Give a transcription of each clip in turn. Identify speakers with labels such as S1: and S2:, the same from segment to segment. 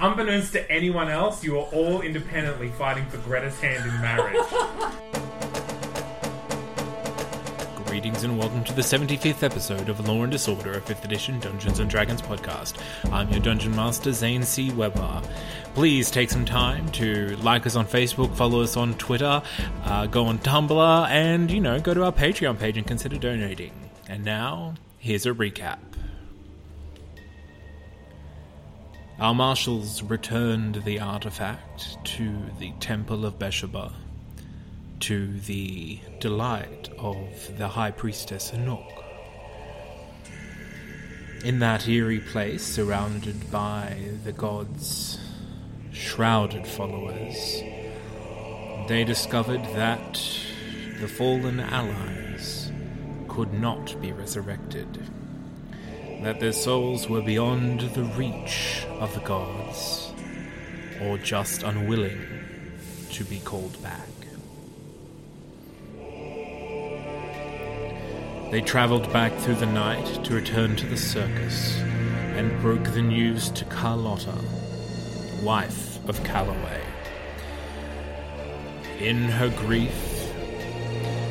S1: Unbeknownst to anyone else, you are all independently fighting for Greta's hand in marriage.
S2: Greetings and welcome to the 75th episode of Law and Disorder, a 5th edition Dungeons and Dragons podcast. I'm your dungeon master, Zane C. Weber. Please take some time to like us on Facebook, follow us on Twitter, uh, go on Tumblr, and, you know, go to our Patreon page and consider donating. And now, here's a recap. Our marshals returned the artifact to the Temple of Besheba to the delight of the High Priestess Anok. In that eerie place, surrounded by the gods' shrouded followers, they discovered that the fallen allies could not be resurrected, that their souls were beyond the reach of the gods, or just unwilling to be called back. They traveled back through the night to return to the circus and broke the news to Carlotta, wife of Calloway. In her grief,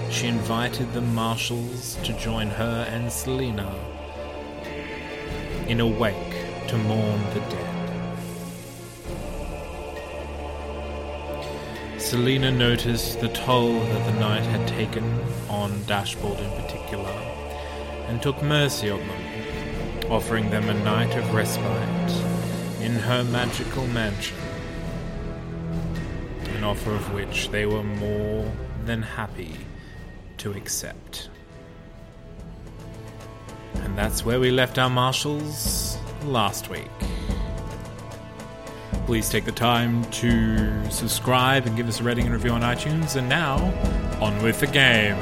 S2: she invited the marshals to join her and Selina in a wake to mourn the dead. Selina noticed the toll that the night had taken on Dashboard in particular, and took mercy on them, offering them a night of respite in her magical mansion, an offer of which they were more than happy to accept. And that's where we left our marshals last week please take the time to subscribe and give us a rating and review on iTunes. And now, on with the game.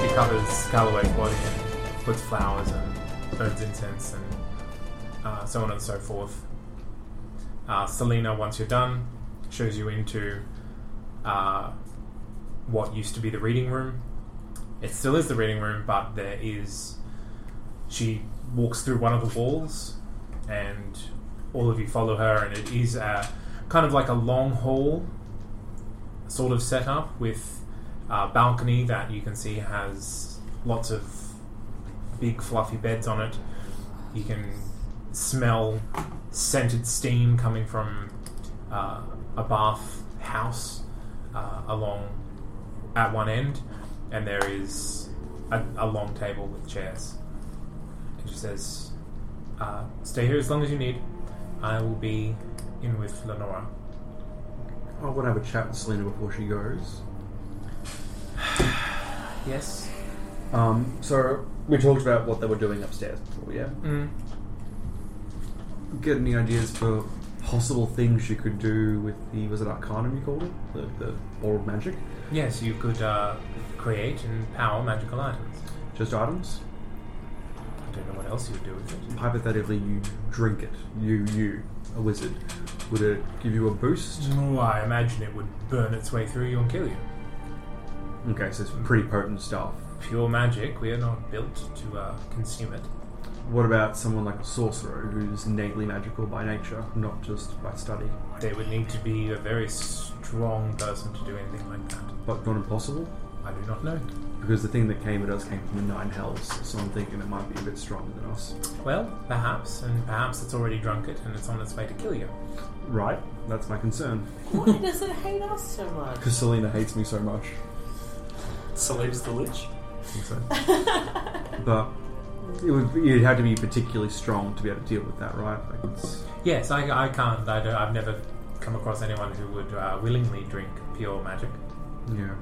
S1: She covers Callaway's body and puts flowers and burns incense and uh, so on and so forth. Uh, Selena, once you're done, shows you into uh, what used to be the reading room. It still is the reading room, but there is. She walks through one of the walls, and all of you follow her, and it is a, kind of like a long hall sort of setup with uh, balcony that you can see has lots of big fluffy beds on it. You can smell scented steam coming from uh, a bath house uh, along at one end, and there is a, a long table with chairs. And she says, uh, "Stay here as long as you need. I will be in with Lenora."
S3: I want to have a chat with Selena before she goes.
S1: Yes.
S3: Um, so we talked about what they were doing upstairs before, yeah.
S1: Mm.
S3: Get any ideas for possible things she could do with the was it Arcanum you called it, the, the oral magic,
S1: Yes, you could uh, create and power magical items.
S3: just items.
S1: I don't know what else you'd do with it.
S3: Hypothetically, you drink it. You, you, a wizard, would it give you a boost?
S1: Oh, I imagine it would burn its way through you and kill you.
S3: Okay, so it's pretty potent stuff.
S1: Pure magic, we are not built to uh, consume it.
S3: What about someone like a sorcerer who's innately magical by nature, not just by study,
S1: They would need to be a very strong person to do anything like that.
S3: but not impossible?
S2: I do not know.
S3: Because the thing that came at us came from the Nine Hells, so I'm thinking it might be a bit stronger than us.
S2: Well, perhaps, and perhaps it's already drunk it and it's on its way to kill you.
S3: Right? That's my concern.
S4: Why does it hate us so much?
S3: Because Selena hates me so much.
S5: Selena's the Lich.
S3: I think so. but it would be, you'd have to be particularly strong to be able to deal with that, right? Like it's,
S2: Yes, I, I can't. I don't, I've never come across anyone who would uh, willingly drink pure magic.
S3: yeah.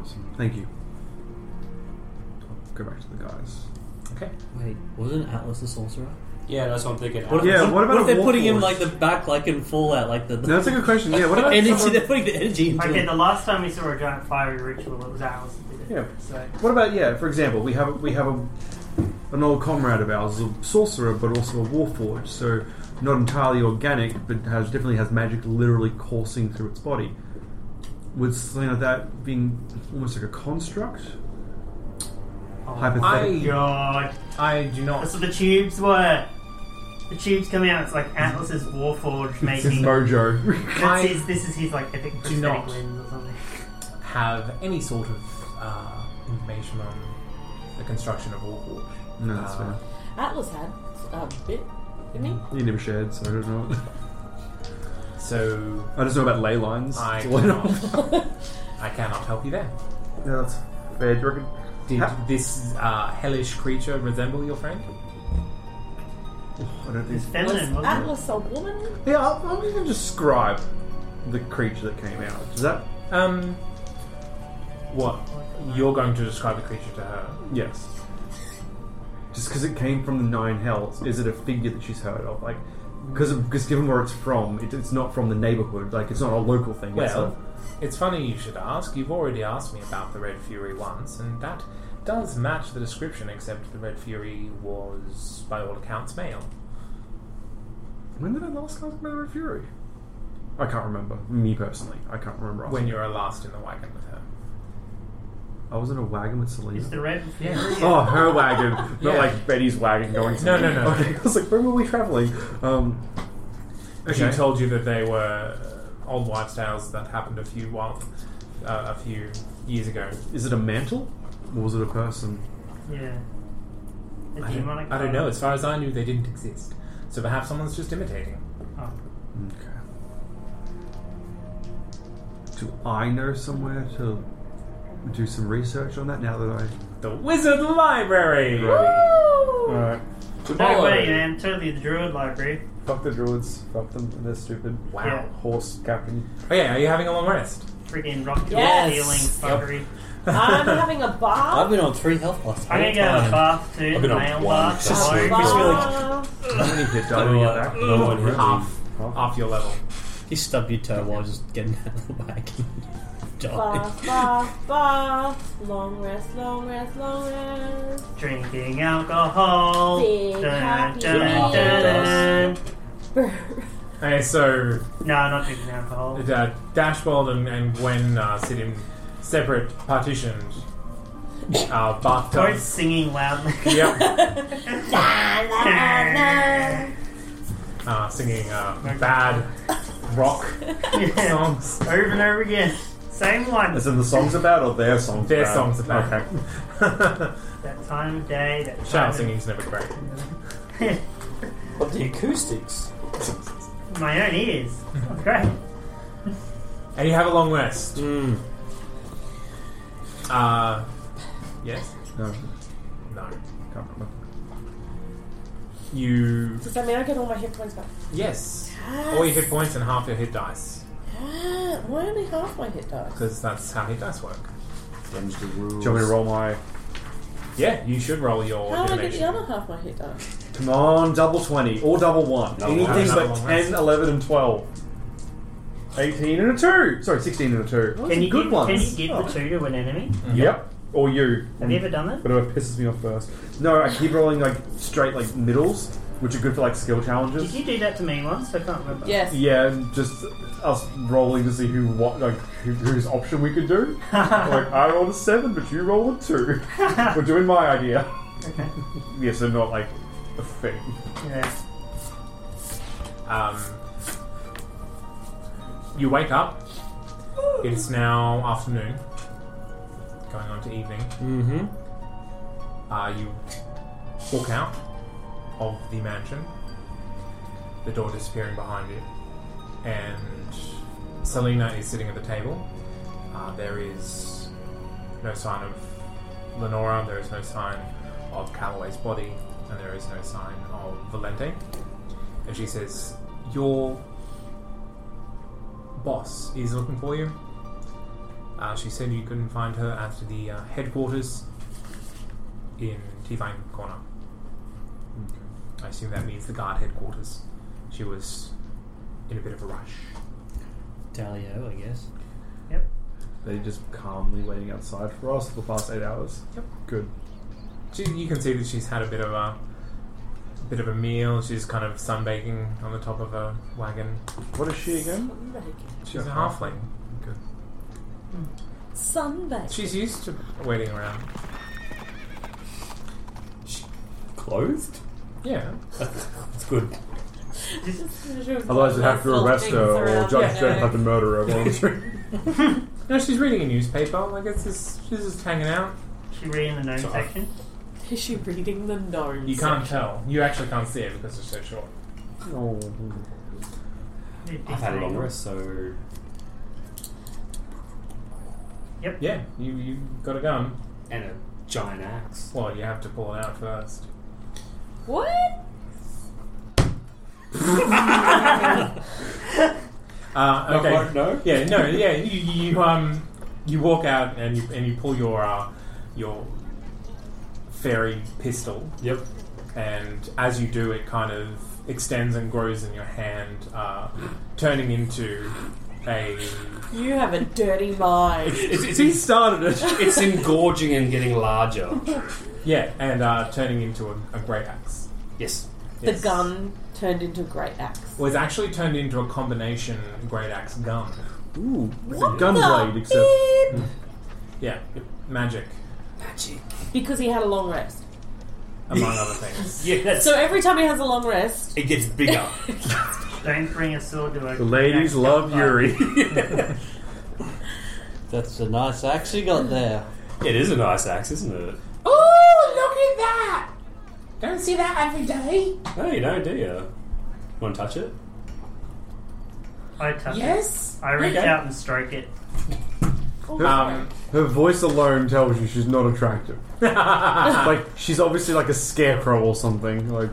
S3: Awesome. Thank you. I'll go back to the guys.
S2: Okay.
S6: Wait, wasn't Atlas a sorcerer?
S5: Yeah, that's what I'm thinking.
S6: What if,
S3: Yeah,
S6: what,
S3: what about
S6: what if they're
S3: a
S6: putting him
S3: warforged?
S6: like the back, like in Fallout, like the, the
S3: No, that's a good question. Yeah, what about
S6: energy?
S3: someone-
S6: They're putting the energy into
S5: Okay,
S6: him.
S5: the last time we saw a giant fiery ritual, it was Atlas that did it.
S3: Yeah.
S5: So,
S3: What about yeah? For example, we have we have a, an old comrade of ours, a sorcerer, but also a warforged. So not entirely organic, but has definitely has magic literally coursing through its body. Would something like that being almost like a construct? Hypothetically,
S5: God.
S2: I do not.
S5: That's what the tubes were. The tubes coming out, it's like Atlas's Warforge
S3: this is
S5: making.
S3: mojo.
S5: That's
S2: I-
S5: his, this is his like epic prosthetic
S2: not.
S5: lens or something.
S2: have any sort of uh, information on the construction of Warforged.
S3: no, that's fair.
S4: Atlas had a bit, didn't he?
S3: You never shared, so I don't know.
S2: So
S3: I just know about ley lines.
S2: I
S3: That's all I know.
S2: cannot, I cannot help you there.
S3: No, that's fair. Do you reckon?
S2: Did
S3: Ha-
S2: this uh, hellish creature resemble your friend?
S3: I don't think.
S5: It's feminine,
S4: Was
S2: Mm-hmm.
S5: wasn't it?
S4: Atlas a woman?
S3: Yeah, I'll, I'll even describe the creature that came out. Is that
S2: Um, what? You're going to describe the creature to her.
S3: Yes. Just because it came from the Nine Hells, is it a figure that she's heard of? Like, because given where it's from, it, it's not from the neighborhood. Like, it's not a local thing. it's
S2: Well,
S3: a-
S2: it's funny you should ask. You've already asked me about the Red Fury once, and that does match the description, except the Red Fury was, by all accounts, male.
S3: when did I last cast Mother of Fury? I can't remember. Me personally, I can't remember.
S2: When you were last in the wagon with her.
S3: I was in a wagon with Selena.
S5: It's the red.
S3: Oh, her wagon, not
S2: Yeah.
S3: like Betty's wagon going. To
S2: No, no, no.
S3: Okay, I was like, where were we traveling? Um,
S2: She
S3: okay.
S2: told you that they were uh, old wives' tales that happened a few while, uh, a few years ago.
S3: is it a mantle or was it a person?
S5: Yeah.
S3: Oh.
S5: The
S2: I don't,
S5: demonic
S2: I don't know.
S5: power.
S2: As far as I knew, they didn't exist. So perhaps someone's just imitating.
S5: Oh.
S3: Okay. Do I know somewhere to do some research on that now that I.
S2: The Wizard Library.
S3: Alright.
S5: No way, man. Totally the druid library.
S3: Fuck the druids. Fuck them. They're stupid.
S2: Wow.
S5: Yeah.
S3: Horse captain.
S2: Oh yeah. Are you having a long rest?
S5: Freaking rock to
S4: Yes.
S5: ceiling fuckery.
S4: I'm having a bath.
S6: I've been on three health plus.
S5: I'm gonna
S6: all
S5: go have
S6: time.
S5: a bath too.
S7: I've been on
S5: Nail
S7: one.
S5: bath.
S7: That's
S5: tomorrow.
S7: so
S4: Bath.
S6: It's really-
S3: How many hit die do
S6: No
S3: you get
S6: one-
S3: back?
S6: no one hit
S2: Half,
S3: Half.
S2: half your level.
S6: You stubbed your toe while just getting out of the wagon. Die.
S4: Bath, bath, bath. Long rest, long rest, long rest.
S5: Drinking alcohol.
S4: Big
S5: Dun,
S4: happy
S5: dun,
S4: meal.
S5: dun, dun.
S2: Okay, so
S5: No, I'm not drinking alcohol.
S2: uh, Dashbold and, and Gwen uh, sit in separate partitioned uh,
S5: Start
S2: bathtubs.
S5: singing loudly.
S2: yep.
S4: La,
S2: Uh, singing uh, bad rock
S5: Yeah.
S2: songs.
S5: Over and over again. Same one.
S3: Is it the songs about or their songs
S2: Their
S3: about?
S2: songs about.
S3: Okay.
S5: That time of day. That time
S2: Shout
S5: of-
S2: singing's never great.
S5: But
S6: the acoustics.
S5: My own ears. That's
S3: Mhm.
S5: great.
S2: And you have a long rest.
S3: Hmm.
S2: Uh, yes?
S3: No.
S2: No.
S3: Can't remember.
S2: You.
S4: Does that mean I get all my hit points back?
S2: Yes. All your hit points and half your hit dice.
S4: Ah, Why only half my hit dice?
S2: Because that's how hit dice work.
S3: Change the rules. Do you want me to roll my.
S2: Yeah, you should roll your
S4: How do I get the
S2: divination.
S4: other half my hit dice?
S3: Come on, double 20 or double 1. Anything
S2: one.
S3: but
S2: Double one.
S3: 10, 11, and 12. 18 and a 2. Sorry, 16 and a 2. Those
S5: Can
S3: are
S5: you
S3: good
S5: give,
S3: ones.
S5: Can you give
S3: Oh. Mm.
S5: the two to an enemy?
S3: Yep. Or you.
S5: Have you ever done that?
S3: Whatever pisses me off first. No, I keep rolling like straight like middles, which are good for like skill
S5: Did
S3: challenges.
S5: you do that to me once? I can't remember.
S4: Yes.
S3: Yeah, and just us rolling to see who what like who, whose option we could do. like I rolled a seven, but you rolled a two. We're doing my idea.
S5: Okay.
S3: Yeah, so not like a thing.
S5: Yeah.
S2: Um, you wake up. It's now afternoon. going on to evening.
S6: Mm-hmm.
S2: Uh, you walk out of the mansion, the door disappearing behind you, and Selena is sitting at the table. Uh, there is no sign of Lenora, there is no sign of Calloway's body, and there is no sign of Valente. And she says, Your boss is looking for you. Uh, she said you couldn't find her at the uh, headquarters in Tivine Corner. I assume that means the guard headquarters. She was in a bit of a rush.
S6: Dalio, I guess.
S5: Yep.
S3: They're just calmly waiting outside for us for the past eight hours.
S2: Yep.
S3: Good.
S2: She, you can see that she's had a bit of a bit of a meal. She's kind of sunbaking on the top of a wagon.
S3: What is she again?
S2: She's a halfling.
S3: Okay.
S4: Sunbathe.
S2: She's used to waiting around.
S6: Clothed?
S2: Yeah.
S6: That's good.
S3: Otherwise, you'd have to arrest her or Judge Dredd had
S4: Have
S3: to murder her. wouldn't you?
S2: No, she's reading a newspaper. Like it's just, she's just hanging out.
S5: She read in the gnome
S2: Sorry.
S5: section.
S4: Is she reading the gnome?
S2: You can't tell. You actually can't see it because it's so short.
S3: oh.
S6: I've had a long rest, so
S5: Yep.
S2: Yeah, you you got a gun.
S6: and a giant axe.
S2: Well, you have to pull it out first.
S4: What?
S2: Uh, okay.
S6: no.
S2: Yeah, no, yeah. You, you um, you walk out and you and you pull your uh, your fairy pistol,
S6: Yep.
S2: and as you do, it kind of extends and grows in your hand, uh, turning into a.
S4: You have a dirty mind.
S2: It's, it's, he started it.
S6: It's engorging and getting larger.
S2: Yeah, and uh, turning into a, a great axe.
S6: Yes.
S4: the
S2: Yes.
S4: gun turned into a great axe.
S2: was actually turned into a combination great axe gun.
S3: Ooh, it's a
S4: What
S3: gun
S4: the
S3: blade, except
S4: beep?
S2: Yeah, magic
S6: Magic.
S4: Because he had a long rest.
S2: among other things.
S6: Yeah, that's.
S4: So every time he has a long rest,
S6: it gets bigger.
S5: Don't bring a sword to a.
S3: the ladies love
S6: uh,
S3: e- Yuri.
S8: That's a nice axe you got there.
S6: it is a nice axe, isn't it?
S2: Oh, look at that! Don't see that every day.
S6: No, you don't, do you? Want to touch it?
S5: I touch
S2: Yes.
S5: it. I reach
S2: Okay.
S5: out and stroke it.
S2: Um,
S3: Her voice alone tells you she's not attractive. like she's obviously like a scarecrow or something. Like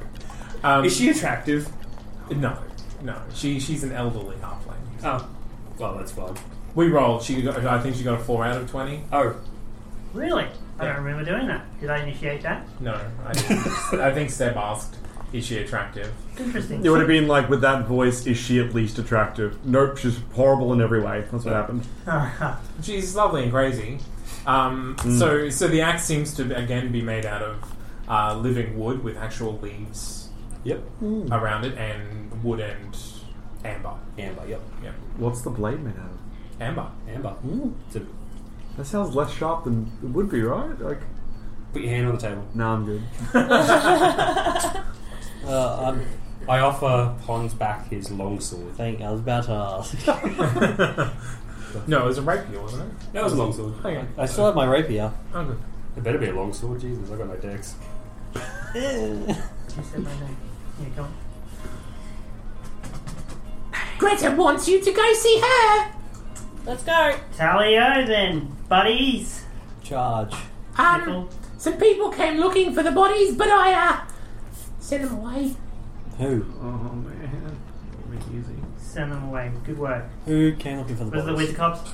S2: um,
S6: Is she attractive?
S2: no, no. She she's an elderly halfling.
S6: Oh. Well, that's fine.
S2: We rolled. She got, I think she got a four out of twenty.
S6: Oh.
S5: Really? I
S2: Yeah.
S5: don't remember doing that. Did I initiate that?
S2: No, I, didn't. I think Seb asked, "Is she attractive?"
S5: Interesting.
S3: it would have been like with that voice, is she at least attractive? Nope, she's horrible in every way. That's what happened.
S2: She's lovely and crazy. Um,
S3: Mm.
S2: So, so the axe seems to again be made out of uh, living wood with actual leaves
S6: Yep.
S8: Mm.
S2: around it and wood and amber.
S6: Amber, yep.
S2: Yeah,
S3: What's the blade made out of?
S2: amber.
S6: Amber. It's a-
S3: That sounds less sharp than it would be, right? Like,
S6: put your hand on the table.
S3: nah, I'm good.
S8: Uh, I'm,
S6: I offer Pons back his longsword.
S8: think I was about to ask.
S2: No, it was a rapier, wasn't it?
S6: That was a longsword.
S2: Hang on.
S8: I still have my rapier.
S2: Oh, good.
S6: It better be a longsword. Jesus, I got no dex.
S5: You said my name. Yeah, come on.
S4: Greta wants you to go see her. Let's go.
S5: Talio then, buddies.
S8: Charge.
S5: Nickel.
S4: some people came looking for the bodies, but I uh, sent them away.
S8: Who?
S3: Oh man, make it easy.
S5: Send them away. Good work.
S8: Who came looking for the
S5: Was it the
S8: bodies?
S5: wizard cops?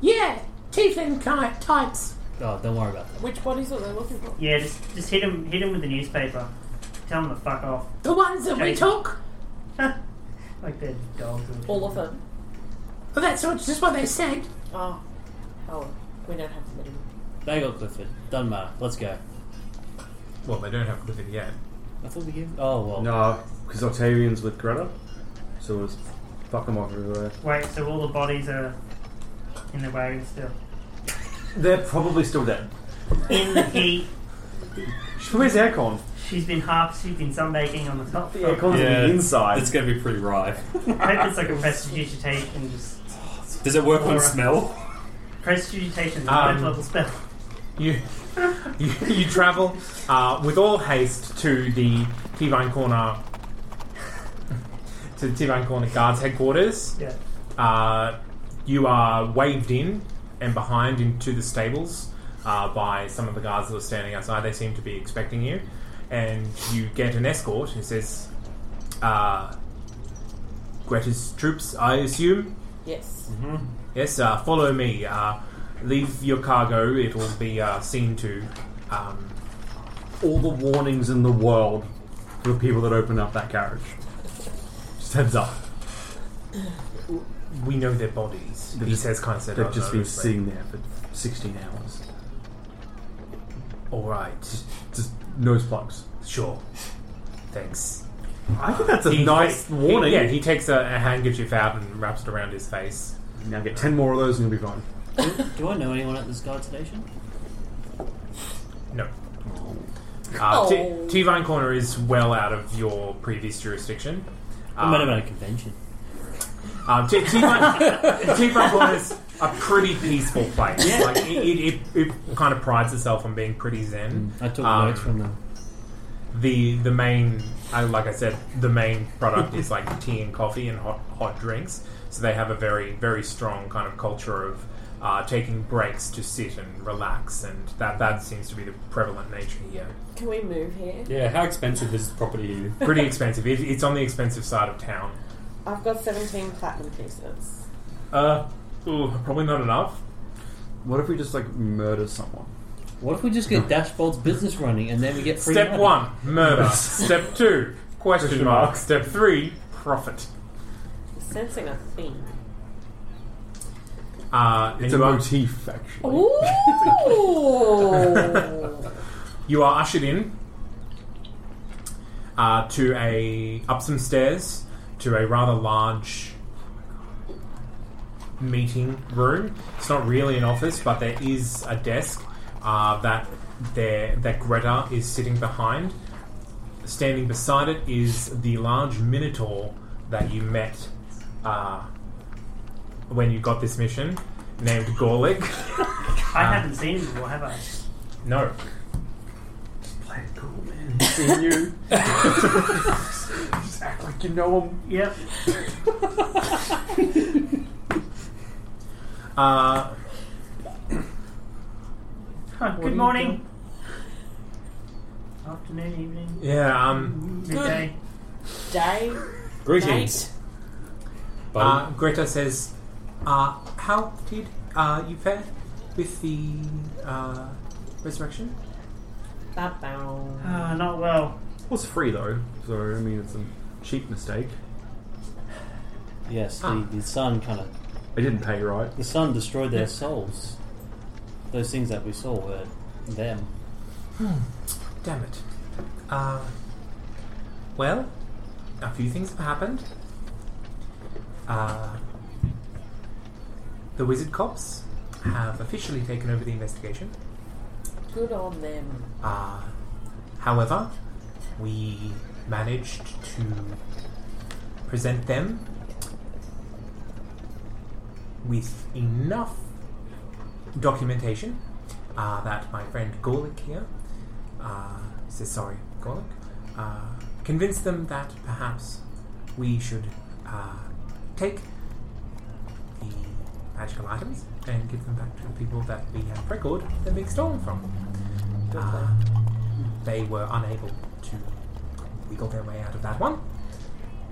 S4: Yeah, tiefling kind types.
S8: Oh, don't worry about that.
S4: Which bodies are they looking for?
S5: Yeah, just just hit him hit him with the newspaper. Tell him to fuck off.
S4: The ones that
S5: Okay.
S4: took.
S5: Like they're dogs. Or
S4: All of them.
S2: Well, that's just what they said.
S4: Oh, oh, we don't have them anymore.
S8: They got Clifford. Doesn't matter. Let's go.
S2: Well, they don't have Clifford yet.
S8: I thought we gave. Oh well.
S3: No, because Octavian's with Greta, so it's fuck them off everywhere.
S5: Wait, so all the bodies are in the wagon still.
S3: They're probably still dead.
S5: In the heat.
S3: Where's aircon?
S5: She's been half she's been sunbaking on the top
S3: The
S5: floor.
S3: aircon's on the inside.
S6: It's going to be pretty rife.
S5: I hope it's like a prestidigitation just
S6: Does it work on
S5: Alright.
S6: smell?
S5: Prestidigitation,
S2: Um,
S5: ninth level spell.
S2: You, you, you travel uh, with all haste to the Tivine Corner, to the Tivine Corner Guards headquarters.
S5: Yeah.
S2: Uh, you are waved in and behind into the stables uh, by some of the guards that are standing outside. They seem to be expecting you, and you get an escort who says, uh, "Greta's troops, I assume."
S4: Yes.
S3: Mm-hmm.
S2: Yes, uh, follow me. Uh, leave your cargo. It will be uh, seen to. Um,
S3: all the warnings in the world for the people that open up that carriage. Just heads up.
S2: we know their bodies.
S3: They've
S2: he
S3: just-
S2: says, kind of said,
S3: They've
S2: "Oh,
S3: just
S2: no,
S3: been
S2: it's like,
S3: sitting there for 16 hours.
S2: All right,
S3: Just nose plugs.
S2: sure. Thanks.
S3: I think that's a
S2: He-
S3: nice
S2: he-
S3: warning.
S2: yeah, he takes a, a handkerchief out and wraps it around his face.
S3: now get 10 more of those and you'll be fine.
S8: Do I know anyone at this guard station?
S2: No. Uh,
S4: Oh.
S2: T- Tivine Corner is well out of your previous jurisdiction.
S3: uh,
S8: I met him at a convention.
S2: Um, T- T-Bone, T-Bone Corner's a pretty peaceful place. Like, it, it, it, it kind of prides itself on being pretty zen.
S8: I took
S2: Um,
S8: notes from them.
S2: The the main, uh, like I said, the main product is like tea and coffee and hot hot drinks. So they have a very very strong kind of culture of uh, taking breaks to sit and relax, and that that seems to be the prevalent nature here.
S4: Can we move here?
S6: Yeah, how expensive is this property?
S2: Pretty expensive. It, it's on the expensive side of town.
S4: I've got 17 platinum pieces.
S2: Uh, ooh, probably not enough.
S3: What if we just like murder someone?
S8: What if we just get Dashbold's business running and then we get free
S2: Step
S8: money?
S2: one, murder. Step two, question
S3: Question
S2: mark.
S3: mark.
S2: Step three, profit.
S4: Sensing a theme.
S2: Uh, and
S3: It's a
S2: you, are,
S3: motif, actually.
S4: Ooh!
S2: you are ushered in uh, to a up some stairs to a rather large meeting room. It's not really an office, but there is a desk uh, that there that Greta is sitting behind. Standing beside it is the large minotaur that you met uh, when you got this mission, named Gorlick.
S5: I haven't seen him before, have I?
S2: No.
S3: Play it cool, man. Seeing you. just act like you know him.
S5: Yep.
S2: Uh,
S5: Huh, good morning. Afternoon, evening,
S2: yeah. Um,
S5: midday.
S4: Day.
S6: Greetings.
S2: uh,
S6: Buddy.
S2: Greta says, uh, "How did uh, you fare with the uh, resurrection?"
S4: Ba bow.
S5: Ah, not well.
S3: It was free, though, so I mean, it's a cheap mistake.
S8: Yes,
S2: Ah.
S8: the, the sun kind of
S3: I didn't pay right.
S8: the sun destroyed their souls. Those things that we saw were them.
S2: Hmm. Damn it. Uh, well, a few things have happened. Uh, the wizard cops have officially taken over the investigation.
S4: Good on them.
S2: Uh, however, we managed to present them with enough documentation uh, that my friend Gorlick here uh, says, sorry, Gorlick, uh, convinced them that perhaps we should uh, take the magical items and give them back to the people that we have record they're being stolen from. Uh, they were unable to wiggle their way out of that one.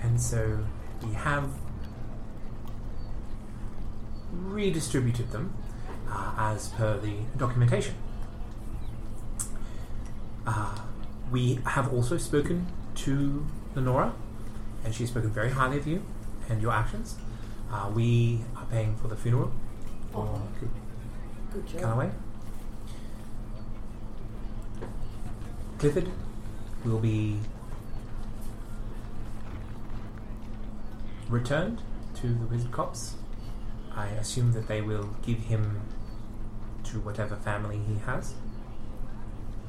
S2: And so we have redistributed them uh, as per the documentation. Uh, we have also spoken to Lenora, and she's spoken very highly of you and your actions. Uh, we are paying for the funeral for
S4: Oh, Good job.
S2: Callaway. Clifford will be returned to the Wizard Cops. I assume that they will give him to whatever family he has.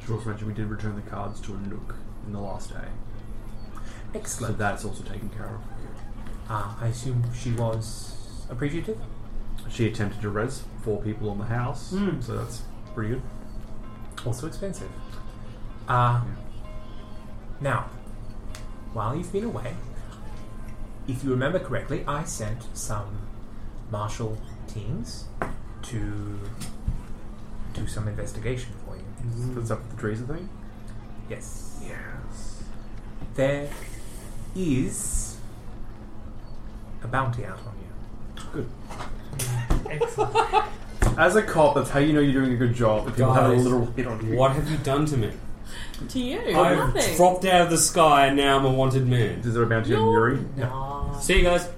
S3: Should also mention we did return the cards to a nook in the last day, so
S2: Excellent.
S3: that's also taken care of.
S2: Uh, I assume she was appreciative.
S3: She attempted to res four people on the house,
S2: Hmm.
S3: so that's pretty good.
S2: Also expensive. Uh, Now, while you've been away, if you remember correctly, I sent some marshal teams to do some investigation for you.
S3: That's up the trees, I think.
S2: Yes. Yes. There is a bounty out on you.
S3: Good.
S5: Excellent.
S3: As a cop, that's how you know you're doing a good job. If people have a
S8: Guys,
S3: little hit on you.
S8: What have you done to me?
S4: To you,
S8: I've
S4: nothing.
S8: dropped out of the sky and now I'm a wanted man.
S3: Is there a bounty on Yuri?
S8: See you guys.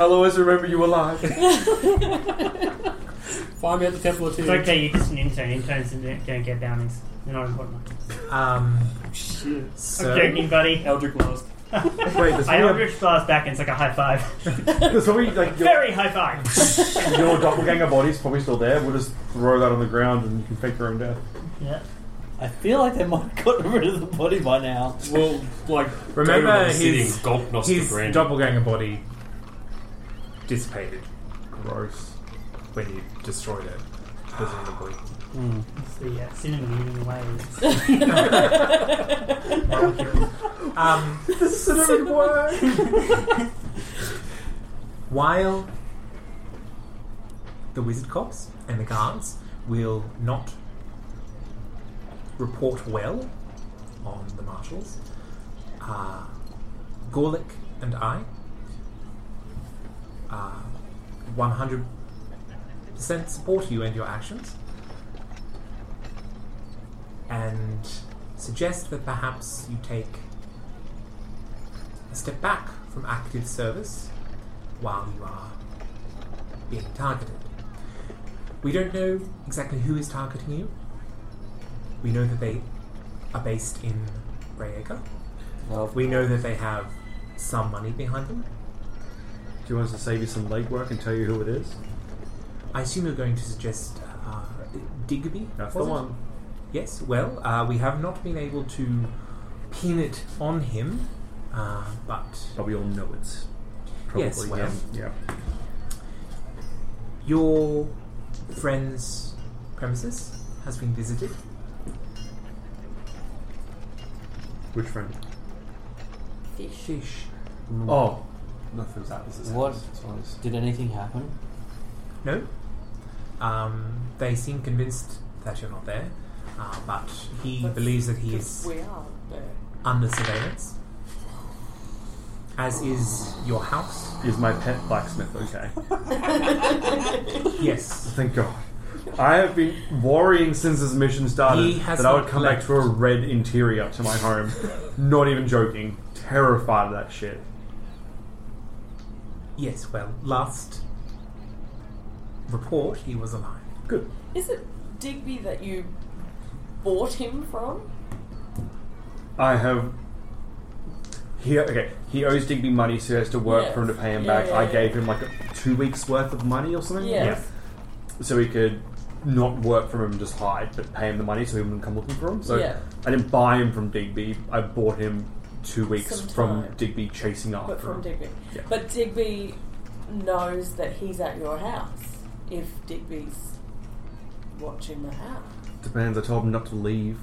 S3: I'll always remember you alive.
S8: Find me at the Temple of
S5: It's okay, you're just an intern. Interns don't don't get bounties. They're not important.
S2: Um,
S5: Shit.
S2: So-
S5: I'm joking, buddy.
S8: Eldric Blast.
S3: Wait, there's
S5: I
S3: one-
S5: Eldritch Blast back and it's like a high five.
S3: There's probably like your,
S5: Very high five.
S3: your doppelganger body's probably still there. We'll just throw that on the ground and you can fake your own death.
S5: yeah.
S6: I feel like they might have gotten rid of the body by now.
S8: Well, like,
S2: Remember
S8: Daemon sitting
S2: his,
S8: gulp nost
S2: his
S8: the brand.
S2: doppelganger body dissipated
S3: Gross.
S2: when you destroyed it, presumably.
S5: It's the uh, cinnamon eating away. It's-
S2: Um, while the wizard cops and the guards will not report well on the marshals, uh, Gorlick and I, uh, 100% support you and your actions, and suggest that perhaps you take a step back from active service while you are being targeted. We don't know exactly who is targeting you. We know that they are based in Brayacre. We know that they have some money behind them.
S3: Do you want us to save you some legwork and tell you who it is?
S2: I assume you're going to suggest uh, Digby?
S3: That's
S2: was
S3: the
S2: it?
S3: one.
S2: Yes, well, uh, we have not been able to pin it on him, uh, but
S3: But we all know it's probably
S2: Yes, well.
S3: him. Yeah.
S2: Your friend's premises has been visited.
S3: Which friend?
S4: Fish.
S2: Fish.
S3: Oh, nothing's that. This is
S8: What?
S3: This was-
S8: Did anything happen?
S2: No. Um, they seem convinced that you're not there, uh, but he believes that he is
S4: We are there.
S2: under surveillance. As is your house.
S3: Is my pet blacksmith okay?
S2: Yes.
S3: Thank God. I have been worrying since this mission started
S2: He has
S3: that I would
S2: not
S3: come back to a red interior to my home. Not even joking. Terrified of that shit.
S2: Yes, well, last report, he was alive.
S3: Good.
S4: Is it Digby that you bought him from?
S3: I have. He okay. He owes Digby money, so he has to work
S4: Yes.
S3: for him to pay him
S4: Yeah,
S3: back.
S4: yeah,
S3: I
S4: yeah.
S3: gave him like a, two weeks worth of money or something.
S4: Yes.
S3: Yeah. So he could not work from him, and just hide, but pay him the money so he wouldn't come looking for him. So
S4: Yeah.
S3: I didn't buy him from Digby. I bought him two weeks
S4: Some
S3: from
S4: time.
S3: Digby chasing after
S4: But from
S3: him.
S4: Digby.
S3: Yeah.
S4: But Digby knows that he's at your house if Digby's watching the house.
S3: Depends. I told him not to leave,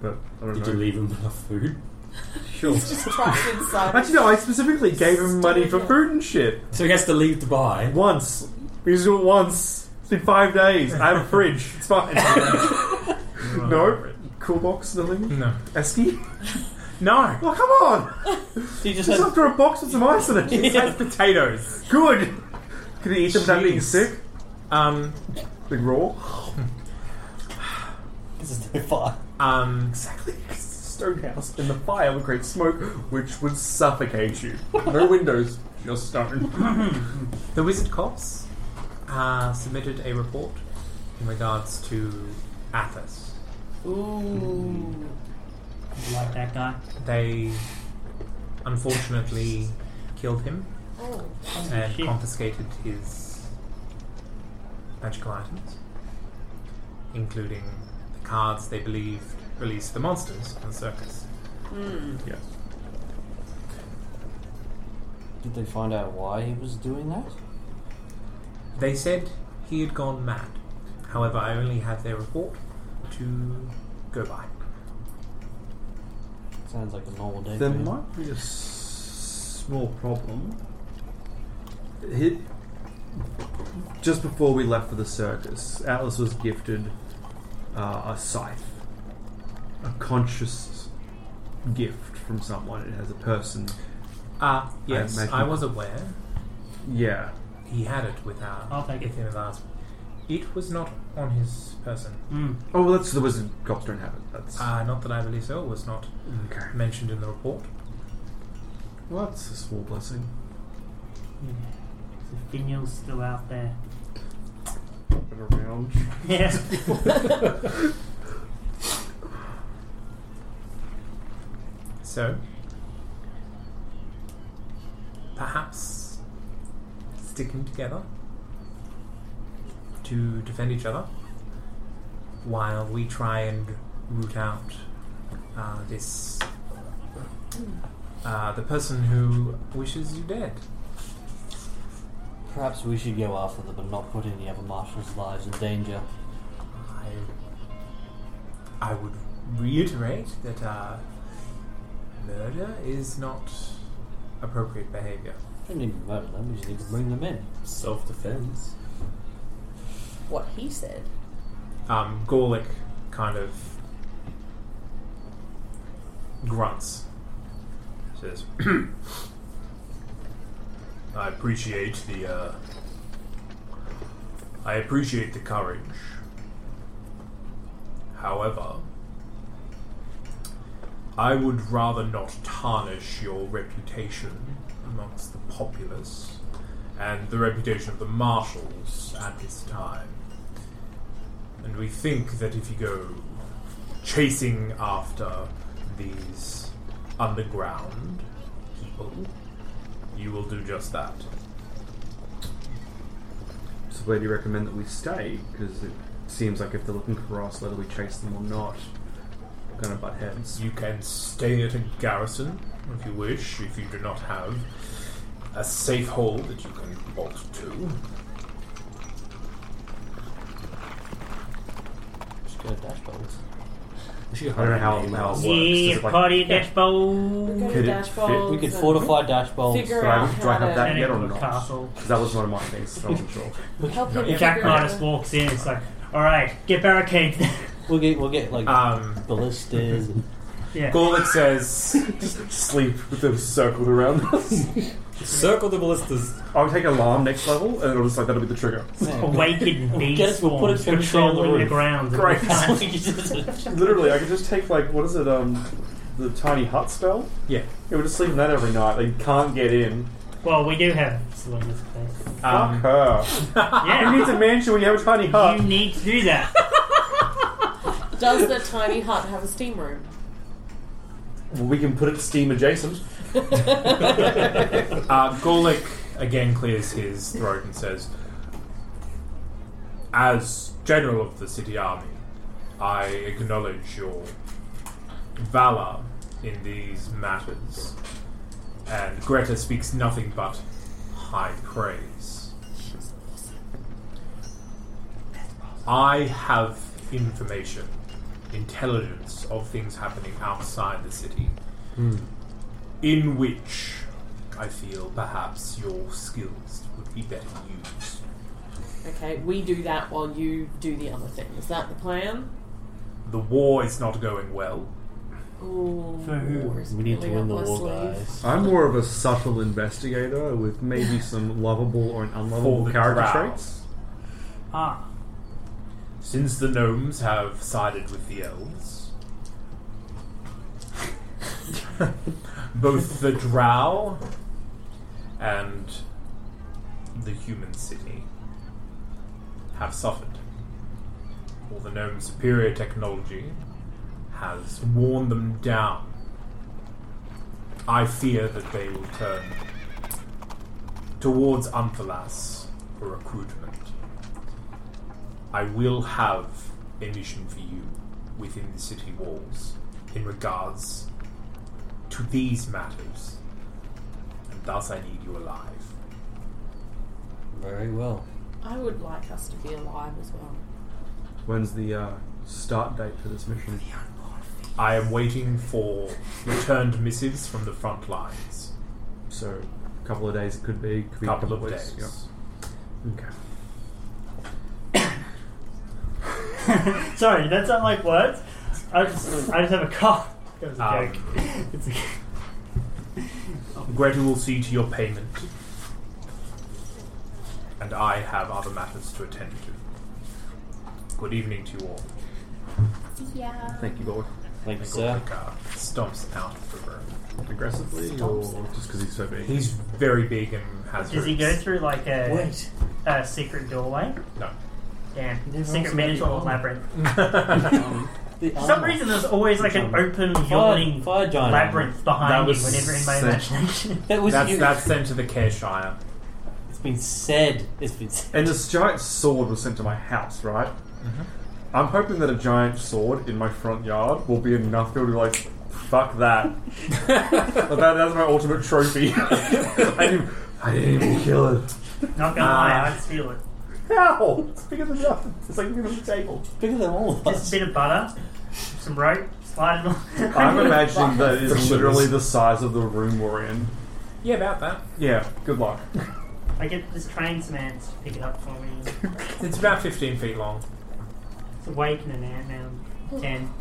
S3: but I don't
S8: Did
S3: know.
S8: you leave him enough food?
S3: Sure.
S4: Just trapped inside.
S3: Actually, no. I specifically gave him money for
S4: Stupid.
S3: food and shit.
S8: So he has to leave to buy.
S3: Once. We used to do it once. It's been five days. I have a fridge. It's fine. no? Cool box, nothing?
S2: No.
S3: Esky?
S2: No!
S3: Oh, come on!
S6: He just
S3: Just
S6: has
S3: after a box with some ice in it.
S2: That's potatoes.
S3: Good! Can he eat them without being
S2: Jeez.
S3: sick?
S2: Um,
S3: Like raw?
S6: this is their fire.
S2: um,
S3: Exactly. Stonehouse in the fire would create smoke, which would suffocate you. No windows, just stone.
S2: The Wizard Cops uh, submitted a report in regards to Athos.
S4: Ooh.
S5: like that guy.
S2: They unfortunately killed him
S4: Oh.
S2: and
S5: shit.
S2: confiscated his magical items, including the cards they believed released the monsters from the circus.
S3: Yes.
S8: Did they find out why he was doing that?
S2: They said he had gone mad. However, I only have their report to go by.
S8: Sounds like a normal day.
S3: There
S8: for him.
S3: might be a s- small problem. He, just before we left for the circus, Atlas was gifted uh, a scythe, a conscious gift from someone. It has a person.
S2: Ah, yes,
S3: imagine-
S2: I, was aware.
S3: Yeah,
S2: He had it with our
S3: Oh.
S5: I'll take it.
S2: with him with ours. It was not on his person.
S5: Mm.
S3: Oh, well, that's the wizard cops don't have it. That's
S2: Uh, not that I believe so. It was not
S3: okay.
S2: mentioned in the report.
S3: Well, that's a small blessing.
S5: So Fingal's still out there.
S3: Bit around.
S5: Yeah.
S2: So, perhaps sticking together to defend each other while we try and root out uh, this. Uh, the person who wishes you dead.
S8: Perhaps we should go after them and not put any other marshals' lives in danger.
S2: I, I would reiterate that uh, murder is not appropriate behavior.
S8: We don't need to murder them, we just need to bring them in.
S6: Self defense.
S4: What he said.
S2: um, Gorlick kind of grunts. Says, "I appreciate the. Uh, I appreciate the courage. However, I would rather not tarnish your reputation amongst the populace." And the reputation of the marshals at this time. And we think that if you go chasing after these underground people, you will do just that.
S3: So, where do you recommend that we stay? Because it seems like if they're looking for us, whether we chase them or not, we're gonna butt heads.
S2: You can stay at a garrison if you wish, if you do not have a safe hole that you can bolt to.
S8: Just go dash bolts.
S3: I don't know how, how it works. Is
S5: yeah,
S3: it like-
S5: potty dash
S4: We
S5: bowl.
S4: go
S3: Could
S4: to
S3: it
S4: dash
S3: fit?
S4: bowls
S8: We could
S4: and
S8: fortify dash bolts.
S4: Figure
S3: Do I,
S4: out
S3: do I
S4: how
S3: have
S4: to-
S3: that
S5: Turn
S3: yet or
S5: into a
S3: not?
S5: castle.
S3: 'Cause that was one of my things, so I wasn't sure.
S4: help him
S5: Jack
S4: figure
S5: Minus
S4: out-
S5: walks in. It's like, all right, get barricades.
S8: We'll get, we'll get like
S2: Um,
S8: ballistas and
S5: yeah.
S2: Gorlick says, sleep
S3: With them circled around us.
S6: Circle the ballistas.
S3: I'll take alarm next level, and it'll just like that'll be the trigger.
S5: Awakened beast
S8: guess we'll put
S5: swarms
S8: a picture on the
S5: controlling the
S8: roof.
S5: ground.
S3: Great.
S8: Just
S3: Literally, I could just take like what is it, um, the tiny hut spell?
S2: Yeah.
S3: Yeah, we're just sleeping that every night. They can't get in.
S5: Well, we do have Selena's place.
S2: Um,
S3: Fuck her. Who
S5: Yeah,
S3: needs a mansion when you have a tiny
S5: you
S3: hut?
S5: need to do that.
S4: Does the tiny hut have a steam room?
S3: Well, we can put it steam adjacent.
S2: Uh, Gorlick again clears his throat and says, As general of the city army, I acknowledge your valor in these matters, and Greta speaks nothing but high praise. I have information, intelligence of things happening outside the city, in which I feel perhaps your skills would be better used.
S4: Okay, we do that while you do the other thing. Is that the plan?
S2: The war is not going well.
S4: Ooh,
S5: For who?
S4: war is
S8: We need to
S4: really
S8: win the
S4: up my
S8: war,
S4: sleeve.
S8: guys.
S3: I'm more of a subtle investigator with maybe some lovable or
S2: For
S3: unlovable
S2: the
S3: character
S2: crowd.
S3: traits.
S5: Ah,
S2: Since the gnomes have sided with the elves, both the drow and the human city have suffered. All the gnome superior technology has worn them down. I fear that they will turn towards Unthalas for recruitment. I will have a mission for you within the city walls in regards to these matters, and thus I need you alive.
S8: Very well.
S4: I would like us to be alive as well.
S3: When's the uh, start date for this mission?
S2: I am waiting for returned missives from the front lines.
S3: So, a couple of days it could be. Could be a
S2: Couple of
S3: weeks,
S2: days.
S3: yeah. Okay.
S5: Sorry, that's not like words. I just, I just have a cough. That was a
S2: Um,
S5: joke. It's a,
S2: Greta will see to your payment. And I have other matters to attend to. Good evening to you all.
S9: Yeah.
S3: Thank you, Lord.
S8: Thank you,
S2: And
S8: sir.
S2: Gorka Stomps out of the room.
S3: Aggressively, or just because he's so big?
S2: He's very big and has.
S5: does he go
S2: roots.
S5: through like a,
S2: Wait.
S5: a secret doorway?
S2: No.
S5: Damn,
S8: Never
S5: secret
S8: answered
S5: magical
S8: the
S5: labyrinth.
S8: Um, the
S5: For some
S8: armor.
S5: reason, there's always like an
S8: Fire-
S5: open, yawning
S8: fire giant
S5: labyrinth
S8: armor.
S5: behind
S2: That
S5: you
S2: was
S5: whenever in my
S2: sent-
S5: imagination.
S8: That was
S2: that's,
S8: you.
S2: that's sent to the Careshire.
S8: It's been said. It's been said.
S3: And this giant sword was sent to my house, right? I'm hoping that a giant sword in my front yard will be enough people to be like, fuck that. But that that's my ultimate trophy. I, didn't, I didn't even kill it.
S5: Not gonna lie, I'd steal it.
S3: How? It's bigger than nothing. It's like bigger than the table.
S8: Bigger than all of
S5: Just
S8: us.
S5: a bit of butter, some rope, slide it on.
S3: I'm imagining that
S2: For
S3: it's
S2: sure.
S3: literally the size of the room we're in.
S2: Yeah, about that.
S3: Yeah, good luck.
S5: I get this train's man to pick it up for me.
S2: It's about 15 feet long.
S5: It's awake and an ant now. Ten.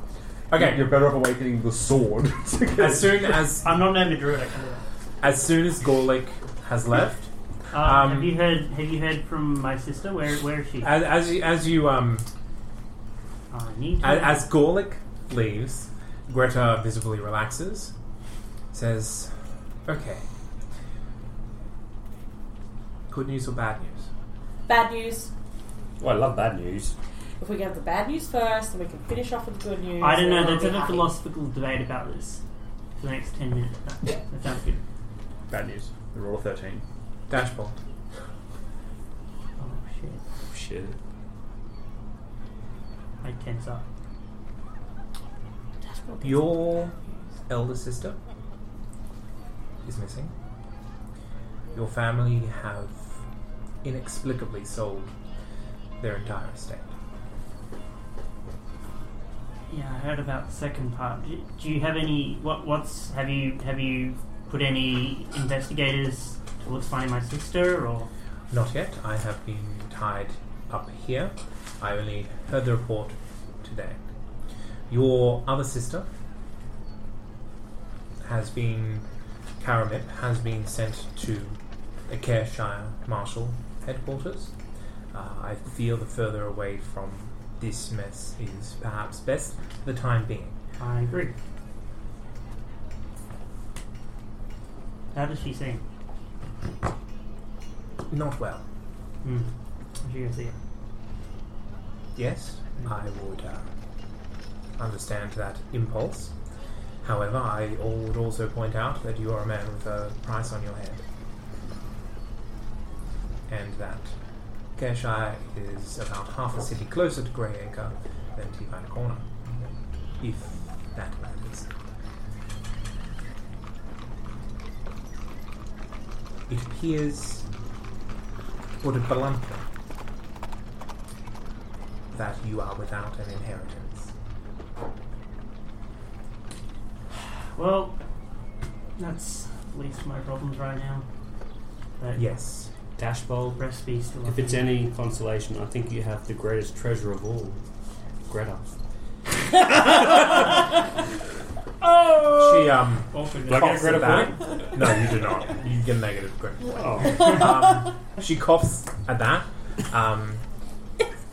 S2: Okay.
S3: You're better off awakening the sword.
S2: As soon as
S5: I'm not an over druid. I can do that.
S2: as soon as Gorlick has left,
S5: Uh,
S2: Um,
S5: have you heard? Have you heard from my sister? Where Where is she?
S2: as as you, as you um
S5: I need. To
S2: As, as Gorlick leaves, Greta visibly relaxes, says, Okay. Good news or bad news?
S4: Bad news.
S6: Well, I love bad news.
S4: If we can have the bad news first, then we can finish off with the good news.
S5: I don't know.
S4: then
S5: Let's
S4: I'll
S5: have
S4: be
S5: a
S4: happy.
S5: um, philosophical debate about this for the next ten minutes. That, that sounds good.
S3: Bad news. The roll of 13.
S2: Dashboard.
S5: Oh shit!
S6: Oh, shit.
S5: I tense up.
S2: Your elder sister is missing. Your family have inexplicably sold their entire estate.
S5: Yeah, I heard about the second part. Do, do you have any? What? What's? Have you? Have you put any investigators to look finding my sister or?
S2: Not yet. I have been tied up here. I only heard the report today. Your other sister has been Karamip has been sent to the Careshire Marshal headquarters. Uh, I feel the further away from this mess is perhaps best for the time being.
S5: I agree. How does she sing?
S2: Not well.
S5: Hmm. I'm sure you'll see it.
S2: Yes, I would uh, understand that impulse. However, I al- would also point out that you are a man with a price on your head. And that Kershire is about half a city closer to Greyacre than Tivine Corner. If that matters. It appears, put it bluntly, that you are without an inheritance.
S5: Well, that's at least my problems right now. But
S2: Yes.
S6: Dashbowl.
S5: recipe's still
S6: If
S5: up
S6: it's
S5: there.
S6: any consolation, I think you have the greatest treasure of all, Greta.
S2: She um
S5: Orphan.
S6: Do I get a
S2: coughs
S6: credit
S2: at
S6: point?
S2: that. No, you do not. You get a negative credit point.
S6: Oh,
S2: Um, she coughs at that um,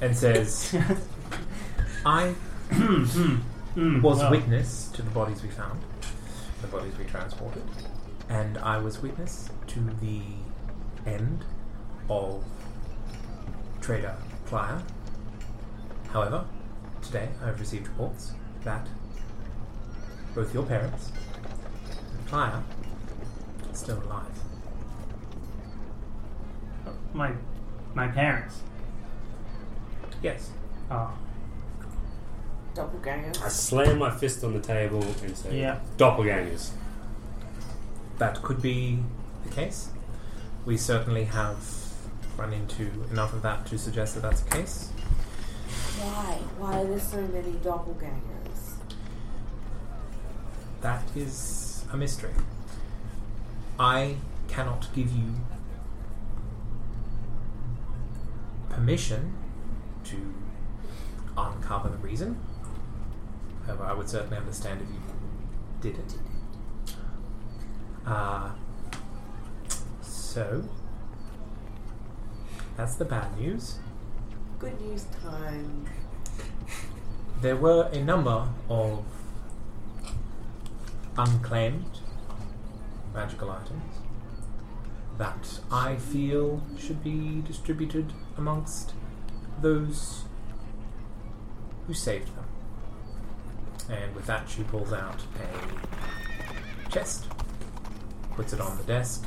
S2: and says, "I was witness to the bodies we found, the bodies we transported, and I was witness to the end of Trader Plyer. However, today I have received reports that both your parents and Plyer are still alive.
S5: my my parents.
S2: Yes,
S5: Oh,
S6: I
S4: Doppelganger.
S6: slam my fist on the table and say,
S5: Yeah.
S6: "Doppelgangers."
S2: that could be the case. We certainly have run into enough of that to suggest that that's the case.
S4: Why? Why are there so many doppelgangers?
S2: That is a mystery. I cannot give you permission to uncover the reason. However, I would certainly understand if you did it. Uh, so, that's the bad news.
S4: Good news time.
S2: There were a number of unclaimed magical items that I feel should be distributed amongst those who saved them. And with that, she pulls out a chest, puts it on the desk,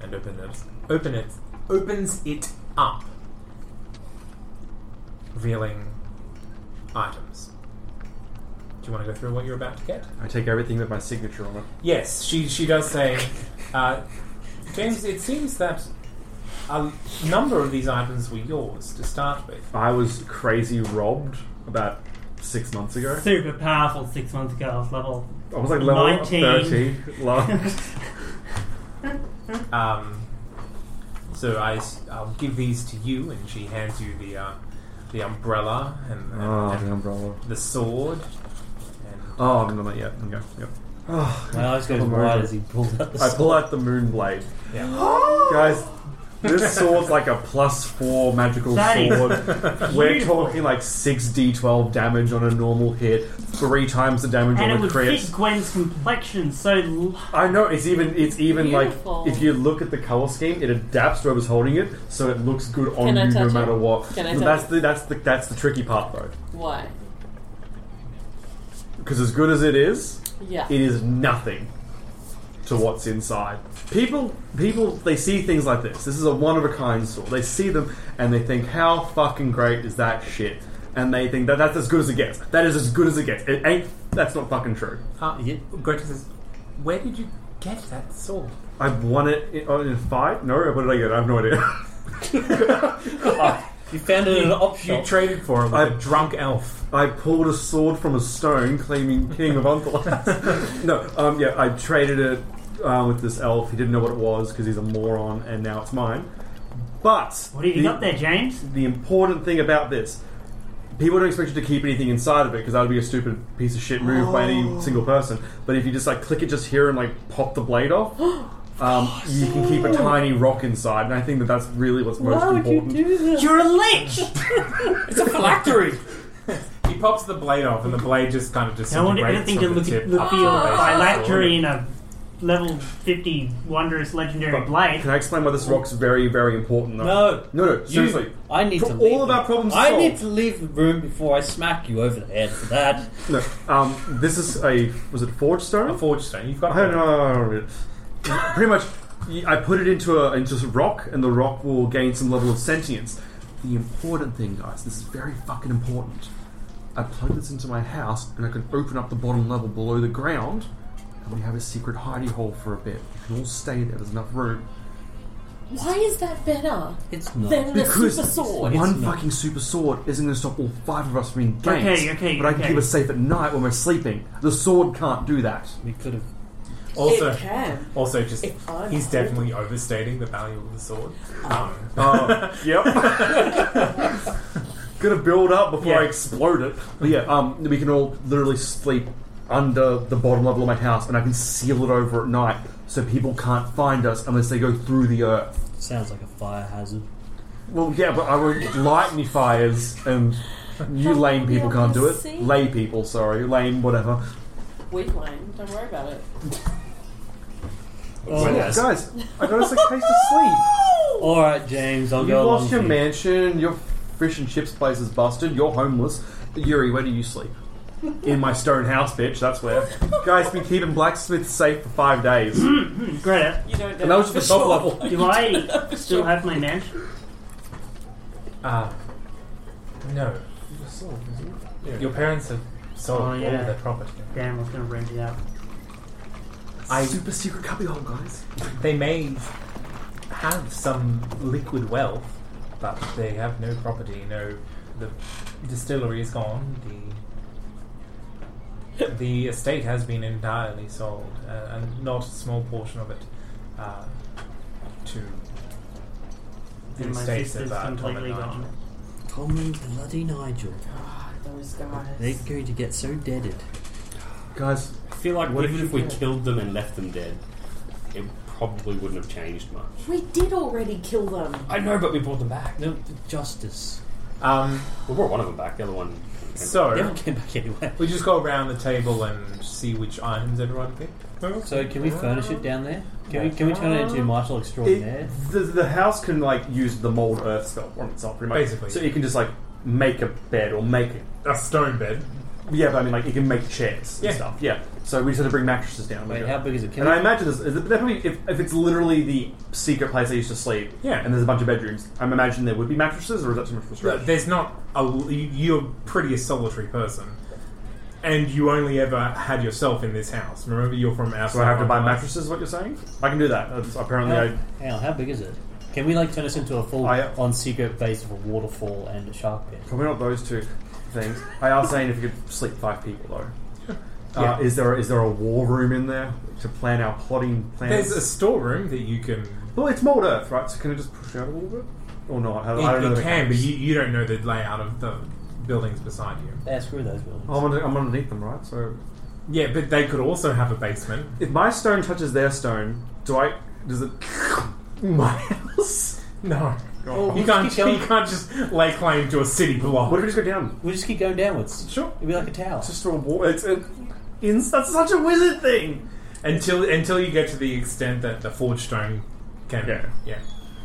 S2: and open it, open it, opens it up, revealing items. Do you want to go through what you're about to get?
S3: I take everything with my signature on it.
S2: Yes, she she does say, uh, James. It seems that a number of these items were yours to start with.
S3: I was crazy robbed about six months ago.
S5: Super powerful six months ago. I was level.
S3: I was like level
S5: 19.
S3: 30 last.
S2: Um, so I will give these to you, and she hands you the uh, the umbrella and, and,
S3: Oh,
S2: and
S3: the umbrella.
S2: the sword. And
S3: Oh, I'm not yet. Okay, yep. Oh,
S8: My eyes goes
S3: I'm
S8: wide
S3: over.
S8: as he pulled out the
S3: I pull out the moon blade. Guys, this sword's like a plus four magical
S8: That is
S3: sword. We're
S5: beautiful.
S3: talking like six d12 damage on a normal hit, three times the damage
S5: And it
S3: on a
S5: would
S3: crit.
S5: fit Gwen's complexion so. L-
S3: I know it's even it's even
S5: Beautiful.
S3: like if you look at the color scheme, it adapts to whoever's holding it, so it looks good on
S4: Can I
S3: you no
S4: touch it?
S3: matter what.
S4: Can I
S3: No,
S4: touch
S3: that's
S4: it?
S3: the that's the that's the tricky part though,
S4: Why?
S3: because as good as it is,
S4: Yeah.
S3: it is nothing to what's inside. People people they see things like this. This is a one of a kind store. They see them and they think, how fucking great is that shit? And they think that that's as good as it gets. That is as good as it gets. It ain't. That's not fucking true.
S2: Uh, Greta says, "Where did you get that sword?"
S3: I won it in, oh, in five. No, what did I get? I have no idea.
S8: You found it in an op shop.
S2: You traded for him with
S3: I-
S2: a drunk elf.
S3: I pulled a sword from a stone, claiming King of Unthalas. no, um, yeah, I traded it uh, with this elf. He didn't know what it was because he's a moron, and now it's mine. But
S5: what have you got there, James?
S3: the important thing about this, people don't expect you to keep anything inside of it because that would be a stupid piece of shit move by any single person. But if you just like click it just here and like pop the blade off, um, you can keep a tiny rock inside. And I think that that's really what's most important.
S8: this?
S5: You're a lich!
S8: It's a phylactery.
S2: He pops the blade off, and the blade just kind of
S5: I want
S2: disintegrates.
S5: everything to
S2: from
S5: look
S2: the
S5: at
S2: tip Ah.
S5: the
S2: up to
S5: feel
S2: the
S6: Ah.
S2: base of the sword.
S5: phylactery in a level 50 wondrous legendary blade.
S3: Can I explain why this rock's very, very important? Though?
S8: No.
S3: no, no.
S8: You-
S3: Seriously,
S8: I need
S3: For
S8: to.
S3: all
S8: Leave
S3: of
S8: the-
S3: our problems
S8: I
S3: solved.
S8: need to leave the room before I smack you over the head for that.
S3: no. Um, this is a was it forge stone?
S2: A forge stone. You've got
S3: I don't
S2: that.
S3: know. I don't know. Pretty much, y- I put it into a into a rock, and the rock will gain some level of sentience. The important thing, guys, this is very fucking important. I plugged this into my house, and I can open up the bottom level below the ground, and we have a secret hidey hole for a bit. We can all stay there. There's enough room.
S4: Why is that better
S8: It's not.
S4: than the
S3: Because
S4: super sword?
S3: one
S8: not.
S3: fucking super sword isn't going to stop all five of us from being ganked.
S5: Okay, okay,
S3: But I can
S5: okay.
S3: keep us safe at night when we're sleeping. The sword can't do that.
S8: We could have.
S2: Also,
S4: It can.
S2: also, just
S4: If I'm
S2: he's
S4: holding-
S2: definitely overstating the value of the sword.
S8: Ah.
S2: Um,
S3: Oh, yep. Gonna build up before I
S2: Yeah.
S3: explode it. But yeah, um, we can all literally sleep under the bottom level of my house, and I can seal it over at night, so people can't find us unless they go through the earth.
S8: Sounds like a fire hazard.
S3: Well, yeah, but I won't light any fires, and you lame people can't do it. Lay people, sorry, lame, whatever.
S4: Weak lane. Don't worry about it.
S8: Oh, yes.
S3: Guys, I got us a place to sleep.
S8: All right, James. I'll
S3: You
S8: go. along
S3: lost your
S8: with you.
S3: mansion, your fish and chips place is busted, you're homeless. Yuri, where do you sleep? In my stone house, bitch, that's where. Guys, been keeping blacksmith safe for five days. and
S5: Greta,
S4: You don't
S3: that was just the top level.
S5: do I still have my mansion?
S2: uh, no, the sword. Your parents have sold
S5: Oh,
S2: all
S5: yeah.
S2: of their property.
S5: Damn, I was going to rent it out.
S2: I
S3: Super secret cubbyhole, guys.
S2: they may have some liquid wealth, but they have no property. No, the distillery is gone. The the estate has been entirely sold, uh, and not a small portion of it uh, to the
S5: And my
S2: estates of
S5: sister's
S2: uh, Tom and
S5: completely
S2: Nigel.
S5: gone.
S6: Tom and bloody Nigel.
S4: Those guys.
S6: They're going to get so deaded.
S3: Guys,
S10: I feel like
S6: what
S10: even
S6: if
S10: if we
S6: you-
S10: killed them and left them dead, it probably wouldn't have changed much.
S4: We did already kill them.
S10: I know, but we brought them back.
S6: No, justice.
S2: Um,
S10: we brought one of them back. The other one.
S2: So
S10: The other one
S6: came back anyway.
S2: We just go around the table and see which items everyone picked.
S8: So can we furnish it down there? Can we- can we turn it into
S3: martial
S8: extraordinaire?
S3: Uh, the, the house can like use the mold earth spell on itself, pretty much.
S2: Basically.
S3: so you can just like make a bed or make a,
S2: stone bed.
S3: Yeah, but I mean, like you can make chairs
S2: Yeah.
S3: and stuff. Yeah. So we just have to bring mattresses down.
S8: Wait,
S3: Like,
S8: how big is it? Can
S3: and
S8: we-
S3: I imagine this. Is it, that probably, if, if it's literally the secret place I used to sleep.
S2: Yeah.
S3: And there's a bunch of bedrooms. I'm imagining there would be mattresses, or is that too much for
S2: Look,
S3: stretch?
S2: there's not a. you- You're pretty a solitary person, and you only ever had yourself in this house. Remember, you're from outside.
S3: So I have to buy
S2: Montreal.
S3: mattresses. Is what you're saying? I can do that. That's apparently,
S8: How,
S3: I
S8: hang on, how big is it? Can we like turn this into a full
S3: I-
S8: on secret base of a waterfall and a shark pit?
S3: Probably not those two things. I are saying if you could sleep five people though.
S2: Yeah.
S3: Uh, is there is there a war room in there to plan our plotting plans?
S2: There's a storeroom that you can.
S3: well, it's mold earth, right? So can I just push it out a little bit or not? I,
S2: It,
S3: I don't know.
S2: it
S3: the
S2: can, but
S3: mechanics.
S2: you, you don't know the layout of the buildings beside you.
S8: Yeah, screw those buildings.
S3: I'm, under, I'm underneath them, right? So
S2: yeah, but they could also have a basement.
S3: if my stone touches their stone, do I? Does it? My house?
S2: No.
S3: Oh,
S2: you
S3: we'll
S2: can't.
S3: just keep going.
S2: You can't just lay claim to a city block.
S3: What if we just go down?
S8: We just keep going downwards.
S3: Sure.
S8: It'd be like a tower.
S3: It's just a war. It's a, in, that's such a wizard thing.
S2: until until you get to the extent that the forged stone can. Yeah.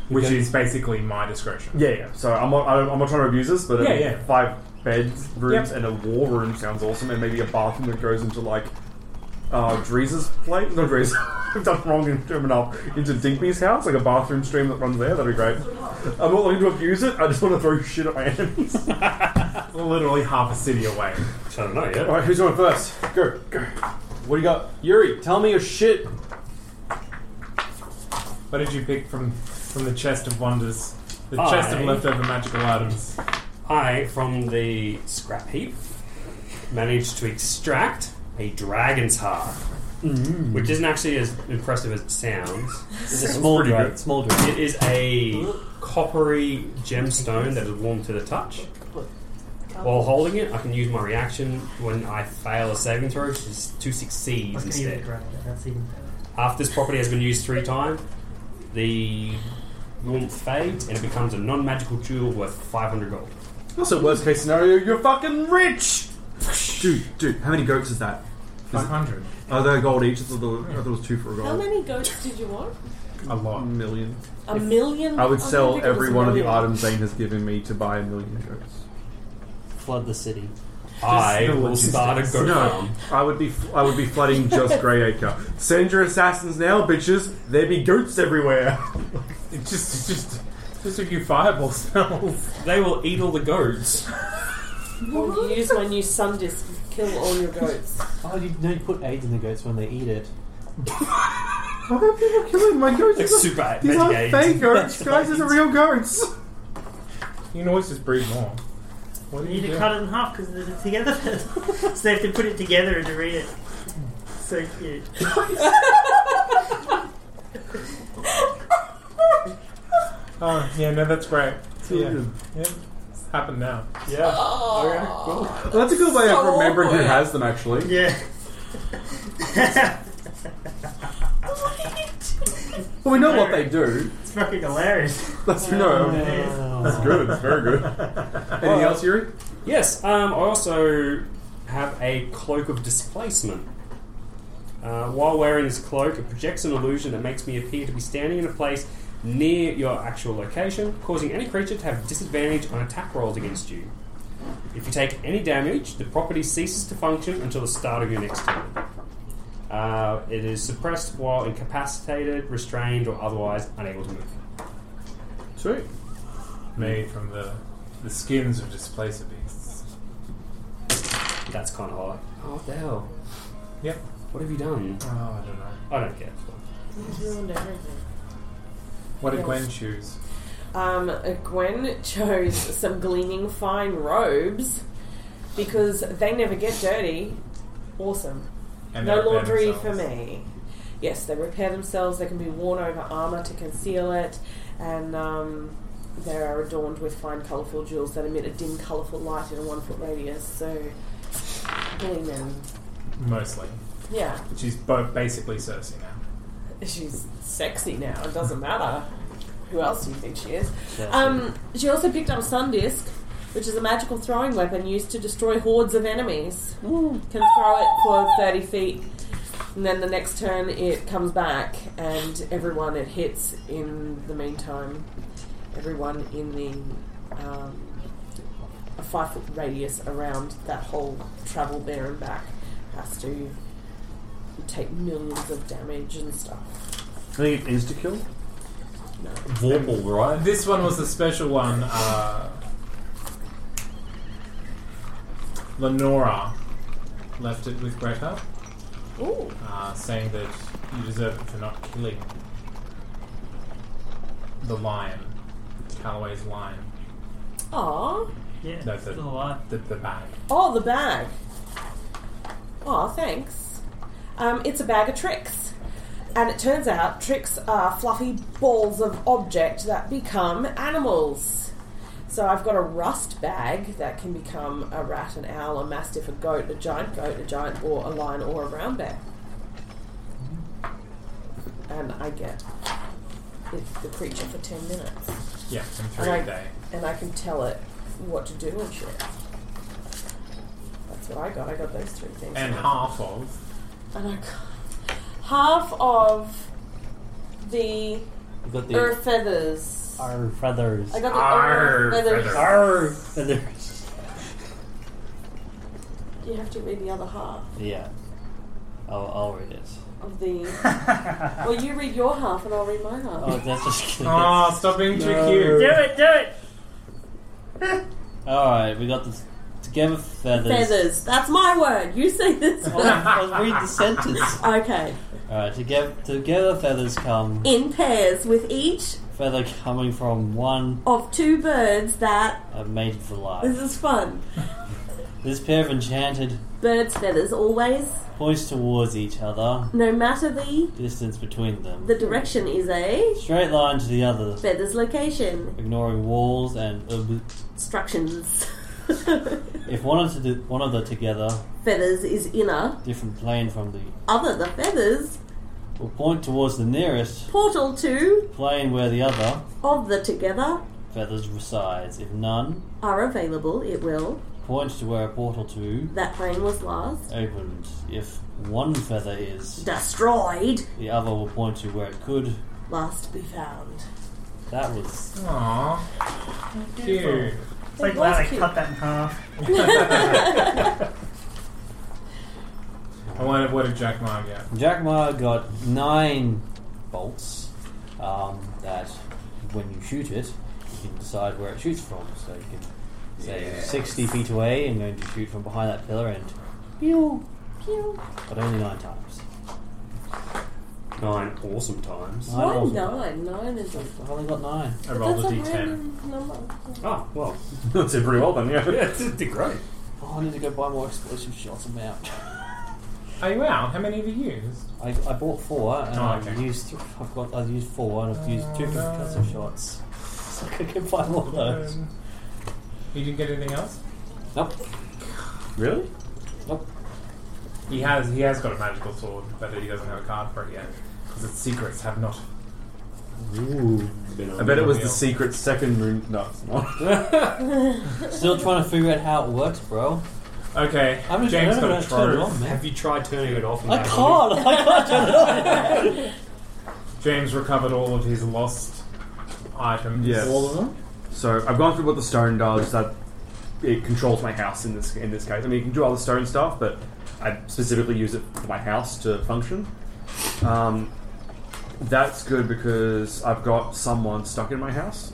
S2: Which
S3: Okay.
S2: is basically my discretion.
S3: Yeah, yeah. So I'm not, I'm not trying to abuse this, but I
S2: Yeah,
S3: mean,
S2: yeah.
S3: five beds, rooms,
S2: Yep.
S3: and a war room sounds awesome, and maybe a bathroom that goes into like uh, Dreese's place. Not Dreese. I've done wrong in terminal. Into Digby's house, like a bathroom stream that runs there. That'd be great. I'm not looking to abuse it. I just want to throw shit at my enemies.
S2: Literally half a city away.
S10: I don't know yet.
S3: All right, who's going first? Go, go. What do you got, Yuri? Tell me your shit.
S2: What did you pick from from the chest of wonders? The
S10: I-
S2: chest of leftover magical items.
S10: I, from the scrap heap, managed to extract a dragon's heart,
S8: Mm.
S10: which isn't actually as impressive as it sounds.
S8: It's a small
S10: pretty
S8: dra-
S10: good.
S8: small dragon.
S10: It is a coppery gemstone that is warm to the touch. While holding it, I can use my reaction when I fail a saving throw which is to succeed
S5: Let's get you
S10: instead.
S5: the dragon. That's even better.
S10: After this property has been used three times, the warmth fades and it becomes a non-magical jewel worth 500 gold.
S3: Also, worst case scenario, you're fucking rich. Dude, dude, how many goats is that? Is it-
S2: 500.
S3: Oh, they're gold each. I thought, there were- I thought it was two for a gold.
S4: How many goats did you want?
S2: A lot.
S3: million.
S4: A million?
S3: I would
S4: Oh,
S3: sell
S4: think it was
S3: every
S4: a
S3: one of the
S4: million.
S3: items Zane has given me to buy a million goats.
S8: Flood the city.
S10: I
S3: Just the
S10: will start a
S3: logistics.
S10: goat
S3: No,
S10: farm.
S3: I would be I would be flooding just Greyacre. Send your assassins now, bitches. There be goats everywhere.
S2: It just it's just just a few fireball spells.
S10: They will eat all the goats.
S4: Well, you use my new sun disc to kill all your goats.
S8: Oh, you, no, you put AIDS in the goats when they eat it.
S3: Why are people killing my goats?
S10: Like
S3: These are-
S10: super
S3: These are
S10: many
S3: fake
S10: goats.
S3: goats, guys. These are real goats.
S2: You can always just breed more. What do
S5: You
S2: you
S5: need
S2: do?
S5: to cut it in half because they're together. so they have to put it together and read it. So cute.
S2: Oh yeah, no, that's great. Yeah,
S3: good.
S2: yeah. It's happened now.
S3: Yeah.
S4: Oh,
S3: Well, that's a good way of remembering who has them, actually.
S5: Yeah.
S3: Well, we know what they do.
S5: It's fucking hilarious.
S3: That's no.
S5: It is.
S3: That's good. It's very good. Anything else, Yuri?
S10: Yes, um, I also have a cloak of displacement. Uh, while wearing this cloak, it projects an illusion that makes me appear to be standing in a place near your actual location, causing any creature to have disadvantage on attack rolls against you. If you take any damage, the property ceases to function until the start of your next turn. Uh, it is suppressed while incapacitated, restrained, or otherwise unable to move.
S3: Sweet.
S2: Made from the the skins of displacer beasts.
S10: That's kind of high. Oh, what the hell?
S2: Yep.
S10: What have you done?
S2: Oh, I don't know.
S10: I don't care.
S4: You ruined everything.
S2: What did
S4: Yes.
S2: Gwen choose?
S4: Um, uh, Gwen chose some gleaming fine robes because they never get dirty. Awesome.
S2: And they
S4: no
S2: repair
S4: laundry for
S2: themselves.
S4: me. Yes, they repair themselves. They can be worn over armor to conceal it, and um, they are adorned with fine, colorful jewels that emit a dim, colorful light in a one-foot radius. So, gleaming.
S2: Mostly.
S4: Yeah.
S2: She's bo- basically Cersei now.
S4: She's sexy now. It doesn't matter. Who else do you think she is?
S2: Chelsea.
S4: Um, she also picked up Sun Disc, which is a magical throwing weapon used to destroy hordes of enemies. Can throw it for 30 feet, and then the next turn it comes back, and everyone it hits in the meantime, everyone in the um, a five foot radius around that whole travel there and back has to take millions of damage and stuff.
S3: I think it is to kill.
S2: Vorpal, right? This one was the special one. Uh, Lenora left it with Greta,
S4: Ooh.
S2: uh, saying that you deserve it for not killing the lion, Calloway's lion.
S4: Aww.
S11: Yeah,
S2: no, the,
S11: still alive.
S2: The, the bag.
S4: Oh, the bag. Oh, thanks. Um, it's a bag of tricks. And it turns out tricks are fluffy balls of object that become animals. So I've got a rust bag that can become a rat, an owl, a mastiff, a goat, a giant goat, a giant or a lion, or a brown bear. And I get it- the creature for 10 minutes.
S2: Yeah, and three
S4: And I,
S2: a day.
S4: and I can tell it what to do and shit. That's what I got. I got those three things.
S2: And half of.
S4: And I got half of the,
S5: You got the-
S4: earth feathers.
S5: Our feathers.
S4: I got the Arr, earth feathers. feathers.
S5: Arr feathers.
S4: You have to read the other half
S5: Yeah. I'll, I'll read it.
S4: of the. well, you read your half, and I'll read my half.
S5: Oh, that's just.
S2: Aw, Ah, stop being too
S5: No.
S2: cute.
S11: Do it, do it.
S5: Alright, we got this. Together feathers.
S4: Feathers. That's my word. You say this. word.
S5: I'll read the sentence.
S4: Okay.
S5: Alright, together, together feathers come.
S4: In pairs, with each
S5: Feather coming from one
S4: of two birds that.
S5: are made for
S4: This
S5: life.
S4: is fun.
S5: This pair of enchanted
S4: Birds' feathers always,
S5: poised towards each other.
S4: no matter the
S5: Distance between them.
S4: the direction, is a
S5: Straight line to the other.
S4: feathers location.
S5: Ignoring walls and ob-
S4: Instructions.
S5: if one of the one of the together
S4: feathers is inner.
S5: different plane from the
S4: Other the feathers
S5: will point towards the nearest
S4: portal to
S5: plane where the other
S4: of the together
S5: feathers resides. If none,
S4: are available. It will.
S5: point to where a portal to
S4: That plane was last
S5: opened. If one feather is
S4: destroyed.
S5: the other will point to where it could.
S4: Last be found.
S5: That was
S2: Aww. Cute.
S11: It's like
S4: It
S11: glad
S4: was
S11: I
S4: cute.
S11: cut that in half.
S2: I wonder what did Jack Ma get?
S5: Jack Ma got nine bolts um, that, when you shoot it, you can decide where it shoots from. So you can say
S2: Yes.
S5: 60 feet away and going to shoot from behind that pillar, and
S4: Pew, pew.
S5: but only nine times.
S6: Nine awesome times.
S5: Nine
S4: Why
S5: rolls of
S4: nine? Nine is a
S5: I only got nine.
S2: I rolled a
S4: That's a
S2: d10.
S4: random number.
S6: Oh, well, that's it pretty well then, yeah. Yeah, it did great.
S5: Oh, I need to go buy more explosive shots. I'm out.
S2: Are you out? How many have you used?
S5: I, I bought four and
S2: Oh,
S5: I've
S2: okay.
S5: used th- I've got I've used four and I've used two percussive shots. So I could buy more of those.
S2: Um, you didn't get anything else?
S5: Nope.
S6: Really?
S2: He has he has got a magical sword, but he doesn't have a card for it yet because its secrets have not.
S3: Ooh. I bet it was the secret second room. No, it's not.
S5: Still trying to figure out how it works, bro.
S2: Okay,
S5: I'm just-
S2: James
S5: I don't
S2: got a
S5: know, turn it
S2: trove.
S5: on, man.
S6: Have you tried turning it off? And
S5: I
S6: back
S5: can't. I can't turn it on.
S2: James recovered all of his lost items.
S3: Yes.
S2: All
S5: of them?
S3: so I've gone through what the stone does. That it controls my house in this in this case. I mean, you can do other stone stuff, but I specifically use it for my house to function. Um, that's good because I've got someone stuck in my house.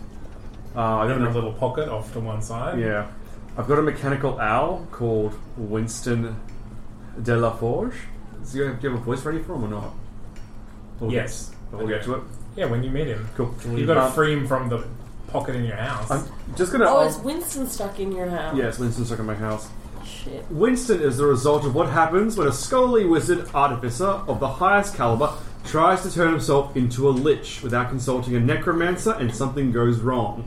S3: Uh, I don't
S2: in
S3: know.
S2: a little pocket off to one side.
S3: Yeah. I've got a mechanical owl called Winston de la Forge. Is he gonna- Do you have a voice ready for him or not? Or-
S2: Yes.
S3: But we'll get to it.
S2: Yeah, when you meet him.
S3: Cool.
S2: You've got to free him from the pocket in your house.
S3: I'm just gonna.
S4: Oh,
S3: I'll-
S4: is Winston stuck in your house?
S3: Yes, Winston's stuck in my house.
S4: Shit.
S3: Winston is the result of what happens when a scholarly wizard artificer of the highest caliber tries to turn himself into a lich without consulting a necromancer and something goes wrong.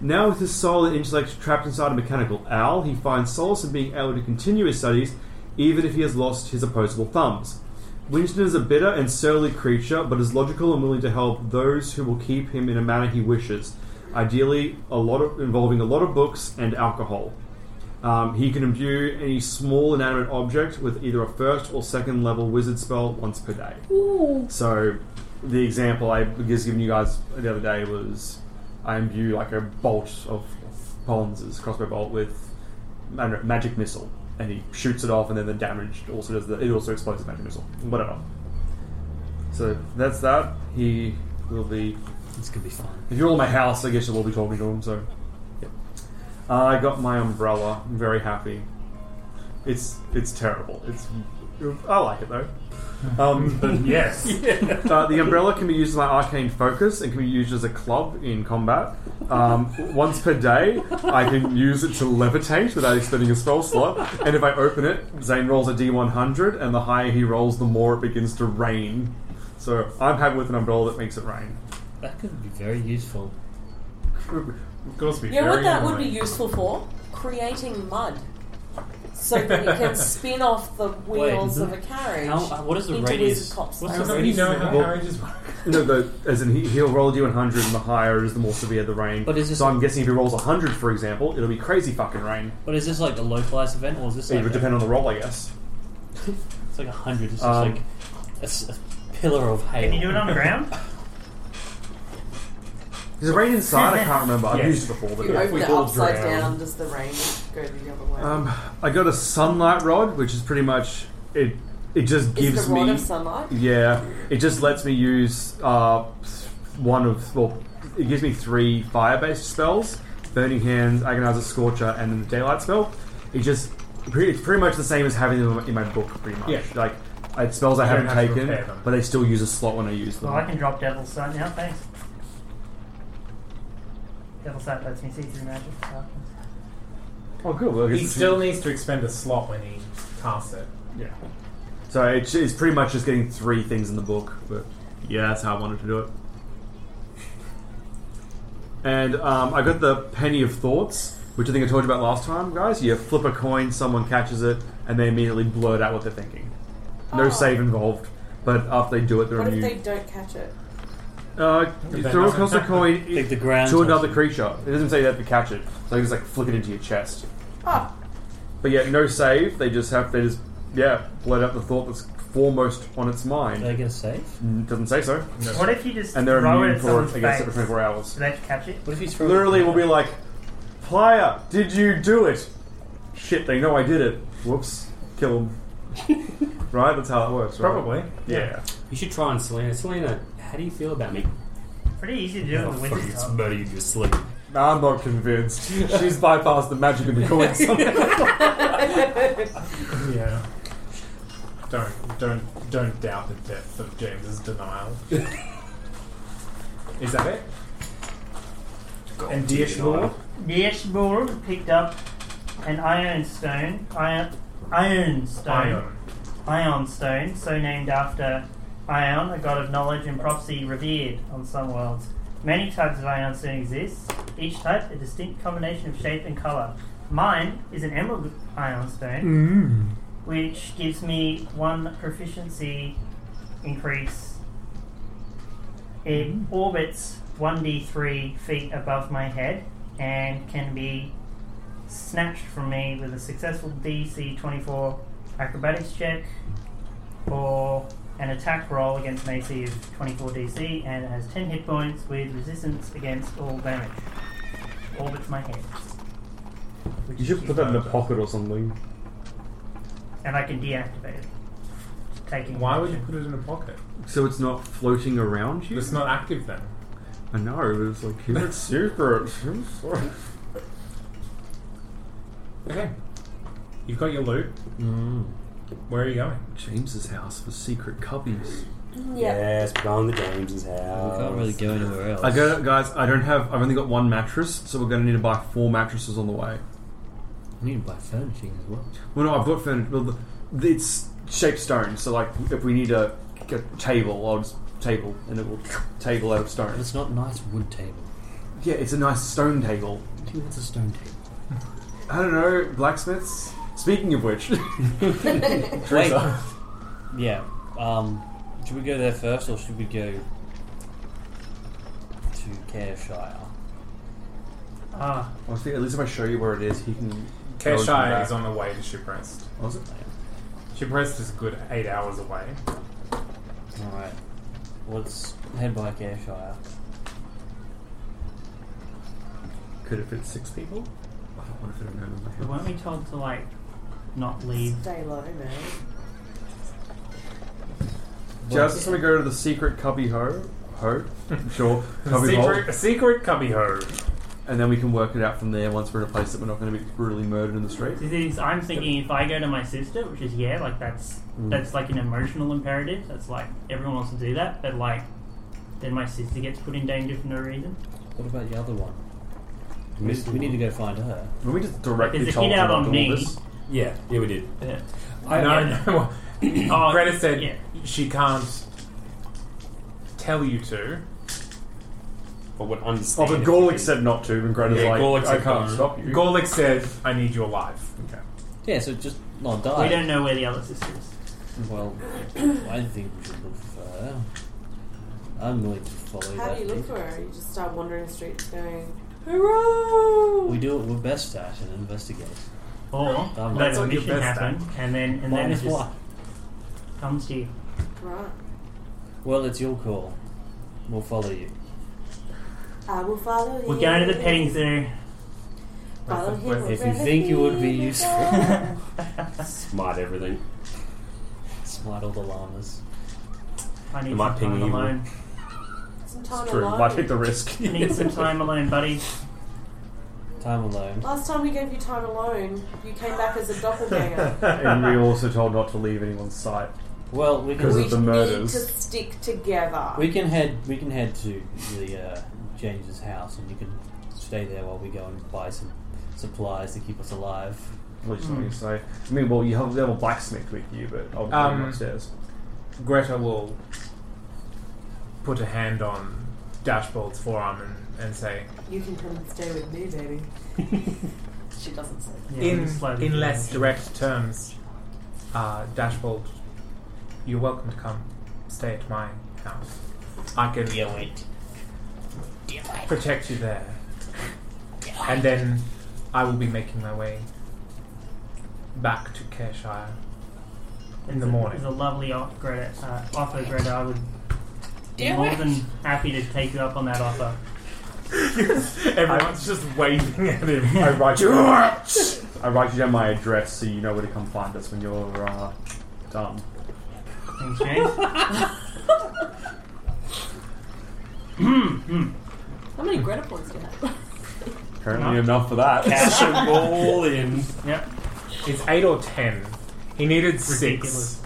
S3: Now, with his soul and intellect trapped inside a mechanical owl, he finds solace in being able to continue his studies even if he has lost his opposable thumbs. Winston is a bitter and surly creature, but is logical and willing to help those who will keep him in a manner he wishes, ideally a lot of, involving a lot of books and alcohol. Um, he can imbue any small inanimate object with either a first or second level wizard spell once per day. So, the example I was giving you guys the other day was I imbue like a bolt of Pollins' crossbow bolt with I don't know, magic missile, and he shoots it off, and then the damage also does the it also explodes the magic missile, whatever. So that's that. He will be.
S6: It's gonna be fun.
S3: If you're all in my house, I guess you'll all be talking to him. So, yep. I got my umbrella. I'm very happy. It's it's terrible. It's I like it though. Um,
S2: But yes.
S3: uh, the umbrella can be used as my arcane focus and can be used as a club in combat. Um, once per day, I can use it to levitate without expending a spell slot. And if I open it, Zane rolls a d100, and the higher he rolls, the more it begins to rain. So I'm happy with an umbrella that makes it rain.
S6: That could be very useful.
S4: You know what that would be useful for? Creating mud. So that it can spin off the wheels of a carriage.
S6: How- what is the
S4: into
S6: radius-
S4: Wizard Cop's
S6: what's the
S4: house.
S6: radius of the-
S3: Well,
S2: carriages work?
S3: No, the, as in he, he'll roll a d100, and the higher is the more severe the rain.
S6: But is this-
S3: so I'm guessing if he rolls 100, for example, it'll be crazy fucking rain.
S6: But is this like a localized event, or is this
S3: So
S6: like
S3: it would depend on the roll, I guess.
S6: It's like a hundred. It's just
S3: Um,
S6: like a s- a, pillar of hail.
S5: Can you do it on the ground?
S3: Is it rain inside? I can't remember. I've
S6: Yes.
S3: used it before, but
S4: You
S3: yeah.
S4: open it upside down, does the rain go the other way?
S3: Um, I got a sunlight rod, which is pretty much it. It just
S4: Is
S3: gives
S4: the rod
S3: me
S4: of sunlight?
S3: Yeah, it just lets me use uh, one of well, it gives me three fire-based spells: Burning Hands, Agonizer, Scorcher, and then the Daylight spell. It just pretty, it's pretty much the same as having them in my book, pretty much.
S2: Yeah.
S3: Like it's spells I
S2: You don't
S3: haven't
S2: have to
S3: taken,
S2: repair them. Oh,
S3: but they still use a slot when I use them.
S5: Well, I can drop Devil's Sight now, thanks. Devil's Sight lets me see through magic. darkness.
S3: oh, good. Well, I guess
S2: He
S3: it's-
S2: still needs to expend a slot when he casts it.
S3: Yeah. So it's, it's pretty much just getting three things in the book, but yeah, that's how I wanted to do it. And um, I got the penny of thoughts, which I think I told you about last time, guys. You flip a coin, someone catches it, and they immediately blurt out what they're thinking. No
S4: Oh.
S3: save involved, but after they do it, they're
S4: What if
S3: immune.
S4: they don't catch it?
S3: Uh, you
S2: That
S3: throw
S2: doesn't
S3: across the
S2: happen.
S3: coin
S6: Like the ground
S3: to
S6: touch
S3: another
S6: it.
S3: creature. It doesn't say you have to catch it, so you just like flick it into your chest.
S4: Ah.
S3: But yeah, no save. They just have they just yeah blurt out the thought that's foremost on its mind.
S6: Did I get a save?
S3: Mm, Doesn't say so.
S5: What if you just
S3: And they're
S5: throw it
S3: immune
S5: at
S3: for
S5: someone's
S3: it against it for
S5: face?
S3: 24 hours.
S5: Do they have to catch it?
S6: What if he's throwing?
S3: Literally, we'll be like, Plier, did you do it? Shit, they know I did it. Whoops, kill them. right, that's how it works. Right?
S2: Probably.
S3: Yeah.
S10: You should try on Selena. Selena, how do you feel about me?
S5: Pretty easy to do in the winter
S10: it's
S5: time.
S10: murder you just sleep.
S3: I'm not convinced. She's bypassed the magic of the coin. somehow.
S2: Yeah. Don't don't don't doubt the depth of James's denial. Is that it? and Diashmore?
S5: The Ashbor picked up an iron stone, iron, iron stone,
S2: Ion.
S5: ion stone, so named after Ion, a god of knowledge and prophecy revered on some worlds. Many types of ion stone exist, each type a distinct combination of shape and color. Mine is an emerald ion stone, which gives me one proficiency increase. It orbits 1d3 feet above my head and can be snatched from me with a successful DC 24 acrobatics check or an attack roll against an AC of 24 DC and it has 10 hit points with resistance against all damage. Orbits my head. Which
S3: You
S5: is
S3: should put that in a pocket or something.
S5: And I can deactivate it. Taking
S2: Why would you
S5: action.
S2: put it in a pocket?
S3: So it's not floating around you?
S2: It's not active then.
S3: I know, it was like, here it's super. I'm sorry.
S2: Okay.
S8: Mm.
S2: You've got your loot. Where are you going?
S3: James's house for secret cubbies.
S10: Yes, put on the James's house.
S8: We can't really go anywhere else.
S3: I go, guys. I don't have. I've only got one mattress, so we're going to need to buy four mattresses on the way.
S8: I need to buy furnishing as well.
S3: Well, no, I've got furniture. Well, the- it's shaped stone, so like if we need a, a table, I'll just table, and it will table out of stone.
S8: It's not nice wood table.
S3: Yeah, it's a nice stone table.
S8: Who wants a stone table?
S3: I don't know blacksmiths. Speaking of which,
S8: Wait.
S3: Teresa.
S8: Yeah. Um, should we go there first, or should we go to Careshire?
S5: Ah,
S3: I think at least if I show you where it is, he can.
S2: Keshire is on the way to Shipwrest.
S3: Was it?
S2: Shipwrest is a good eight hours away.
S8: All right. Let's head by Careshire.
S3: Could it fit six people? I don't want to fit a man in my
S5: we
S3: house.
S5: weren't we told to like not leave?
S4: Stay low, man.
S3: Just when we go to the secret cubby ho, ho, sure, cubby hole,
S2: Secret, secret cubbyhole.
S3: and then we can work it out from there once we're in a place that we're not going to be brutally murdered in the street.
S5: The thing is, I'm thinking if I go to my sister, which is yeah, like that's
S3: Mm.
S5: that's like an emotional imperative. That's like everyone wants to do that, but like then my sister gets put in danger for no reason.
S8: What about the other one? We,
S10: Missed
S8: we need to go find her.
S3: When we just
S5: Is
S3: directly
S5: it
S3: told
S5: hit out
S3: them
S5: on
S3: all
S5: me?
S3: this,
S10: Yeah, yeah, we did.
S5: Yeah.
S10: I
S2: no, no.
S5: Oh,
S2: Greta said
S5: yeah.
S2: she can't tell you to.
S10: But would
S3: oh,
S10: understand.
S3: but
S10: if we
S3: Gorlick
S10: did.
S3: said not to, and Greta's
S10: Yeah,
S3: like,
S10: Gorlick
S3: I
S10: said
S3: can't
S10: no.
S3: stop you.
S2: Gorlick said, "I need you alive."
S3: Okay.
S8: Yeah, so just not
S5: We
S8: die.
S5: don't know where the other sister is.
S8: Well, I think we should look for her. I'm going to follow
S4: How
S8: that.
S4: do you look
S8: lead.
S4: for her? You just start wandering the streets going, hurrah!
S8: We do what we're best at and investigate.
S5: Or
S8: Dumb.
S5: let
S8: That's
S5: a
S2: what you're
S5: mission
S2: best
S5: happen, and then and then it
S8: Minus
S5: just
S8: one.
S5: comes to you.
S4: Right.
S8: Well, it's your call. We'll follow you.
S4: I will follow you.
S5: We're going to the petting zoo.
S4: Follow him
S2: If you
S8: If you
S4: wherever
S8: think you would be
S4: he may
S8: useful,
S4: go.
S10: smart everything.
S8: smite all the llamas.
S5: I need
S10: Am I
S5: some time
S10: pinging you?
S5: alone.
S4: Some time
S3: It's true.
S4: alone.
S3: Why take the risk?
S5: I need some time alone, buddy.
S8: Time alone.
S4: Last time we gave you time alone, you came back as a doppelganger.
S3: and we were also told not to leave anyone's sight.
S8: Well, we
S3: Because
S8: can
S4: we
S3: of the
S4: need
S3: murders.
S4: to stick together.
S8: we can head we can head to the uh, James's house, and you can stay there while we go and buy some supplies to keep us alive.
S2: Mm.
S3: Which is what you say. I mean, well, you have, you have a blacksmith with you, but I'll bring
S2: Um,
S3: him upstairs.
S2: Greta will put a hand on Dashbold's forearm and, and say,
S4: You can come and stay with me, baby. she doesn't say that.
S5: Yeah,
S2: in
S5: just slowly
S2: in
S5: go.
S2: less direct terms, uh, Dashbold, you're welcome to come stay at my house. I can protect you there, and then I will be making my way back to Careshire in the
S5: It's a-
S2: morning.
S5: It's a lovely op- Greta, uh, offer, Greta. I would be more than happy to take you up on that offer.
S2: Everyone's just waving at him.
S3: I write you. I write you down my address so you know where to come find us when you're uh, done.
S5: Thanks, James.
S4: How many Greta points do you have?
S3: Apparently enough for that.
S10: Cash them all in.
S5: yep.
S2: It's eight or ten. He needed
S5: Ridiculous.
S2: six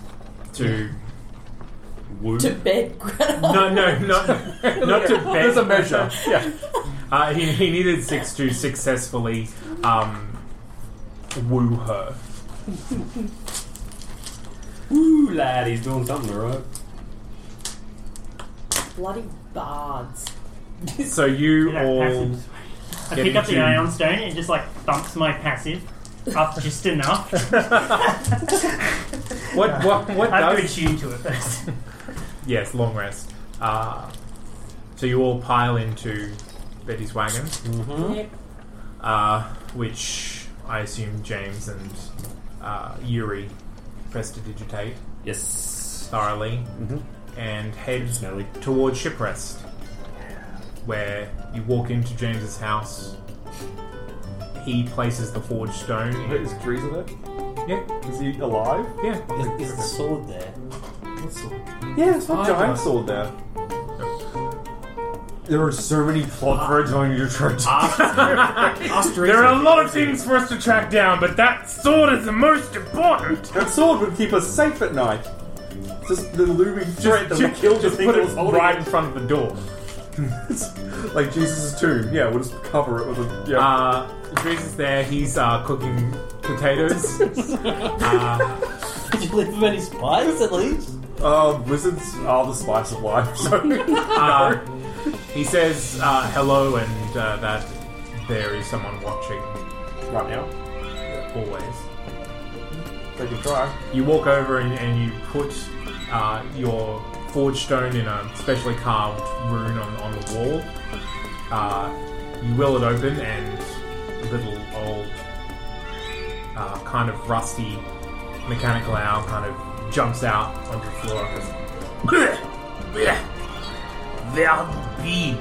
S2: to.
S10: Woo.
S4: to bed, Greta.
S2: No, no, not not to bet.
S3: There's a measure. Yeah.
S2: Uh, he, he needed six to successfully um, woo her.
S10: Woo, lad, he's doing something, alright?
S4: Bloody bards.
S2: So you
S5: Do that
S2: all
S5: passive. I
S2: get
S5: pick up the
S2: into-
S5: ion stone and it just like thumps my passive up just enough.
S2: what what what
S5: I have to
S2: does
S5: attune to it first.
S2: yes long rest. Uh, so you all pile into Betty's wagon,
S4: Yep.
S2: uh, which I assume James and uh, Yuri prestidigitate
S10: Yes.
S2: thoroughly, and head
S10: Smelly.
S2: towards Shipwrest, where you walk into James's house. He places the forged stone. In.
S3: Is Teresa there?
S2: Yeah,
S3: Is he alive?
S2: yeah.
S8: Is, is the sword there?
S3: Yeah, it's
S10: I
S3: not
S10: don't-
S3: giant sword there. There are so many
S12: Ah.
S3: plot threads on your trying
S2: There are a lot of things for us to track down, but that sword is the most important.
S3: That sword would keep us safe at night.
S13: Just the looming threat that
S12: just-
S13: would kill the
S12: just
S13: thing
S12: put
S13: that
S12: it
S13: was holding
S12: right
S13: it.
S12: in front of the door.
S13: like Jesus' tomb. Yeah, we'll just cover it with a. Yeah.
S12: Uh, Dries is there. He's uh, cooking potatoes. uh,
S14: Did you leave him any spies at least?
S13: Uh, wizards are the spice of life. So.
S12: uh, he says uh, hello and uh, that there is someone watching
S13: right now.
S12: Always.
S13: They can try.
S12: You walk over and, and you put uh, your forge stone in a specially carved rune on, on the wall. Uh, you will it open, and little old, uh, kind of rusty mechanical owl kind of jumps out onto the floor and goes, Where be?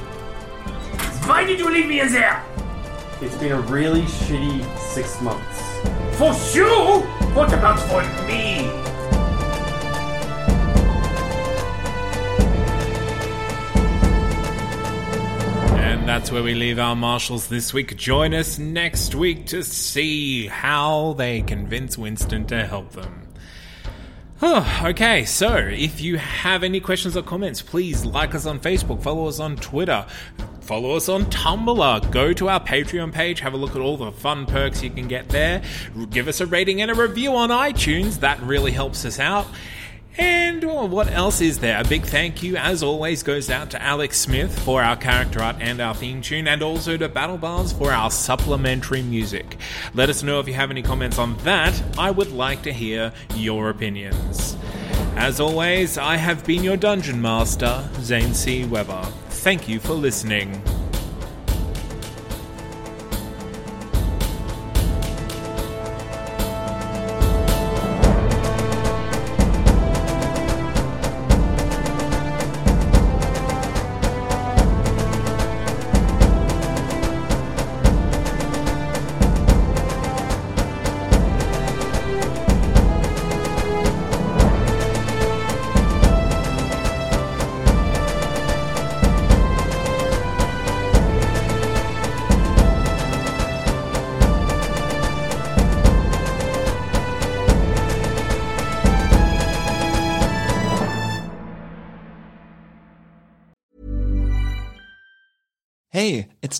S12: Why did you leave me in there?
S13: It's been a really shitty six months.
S12: For you? What about for me?
S2: And that's where we leave our marshals this week. Join us next week to see how they convince Winston to help them. Oh, okay, so if you have any questions or comments, please like us on Facebook, follow us on Twitter, follow us on Tumblr, go to our Patreon page, have a look at all the fun perks you can get there, give us a rating and a review on iTunes, that really helps us out. And well, what else is there? A big thank you, as always, goes out to Alex Smith for our character art and our theme tune, and also to Battle Bars for our supplementary music. Let us know if you have any comments on that. I would like to hear your opinions. As always, I have been your dungeon master, Zane C. Weber. Thank you for listening.
S3: Hey, it's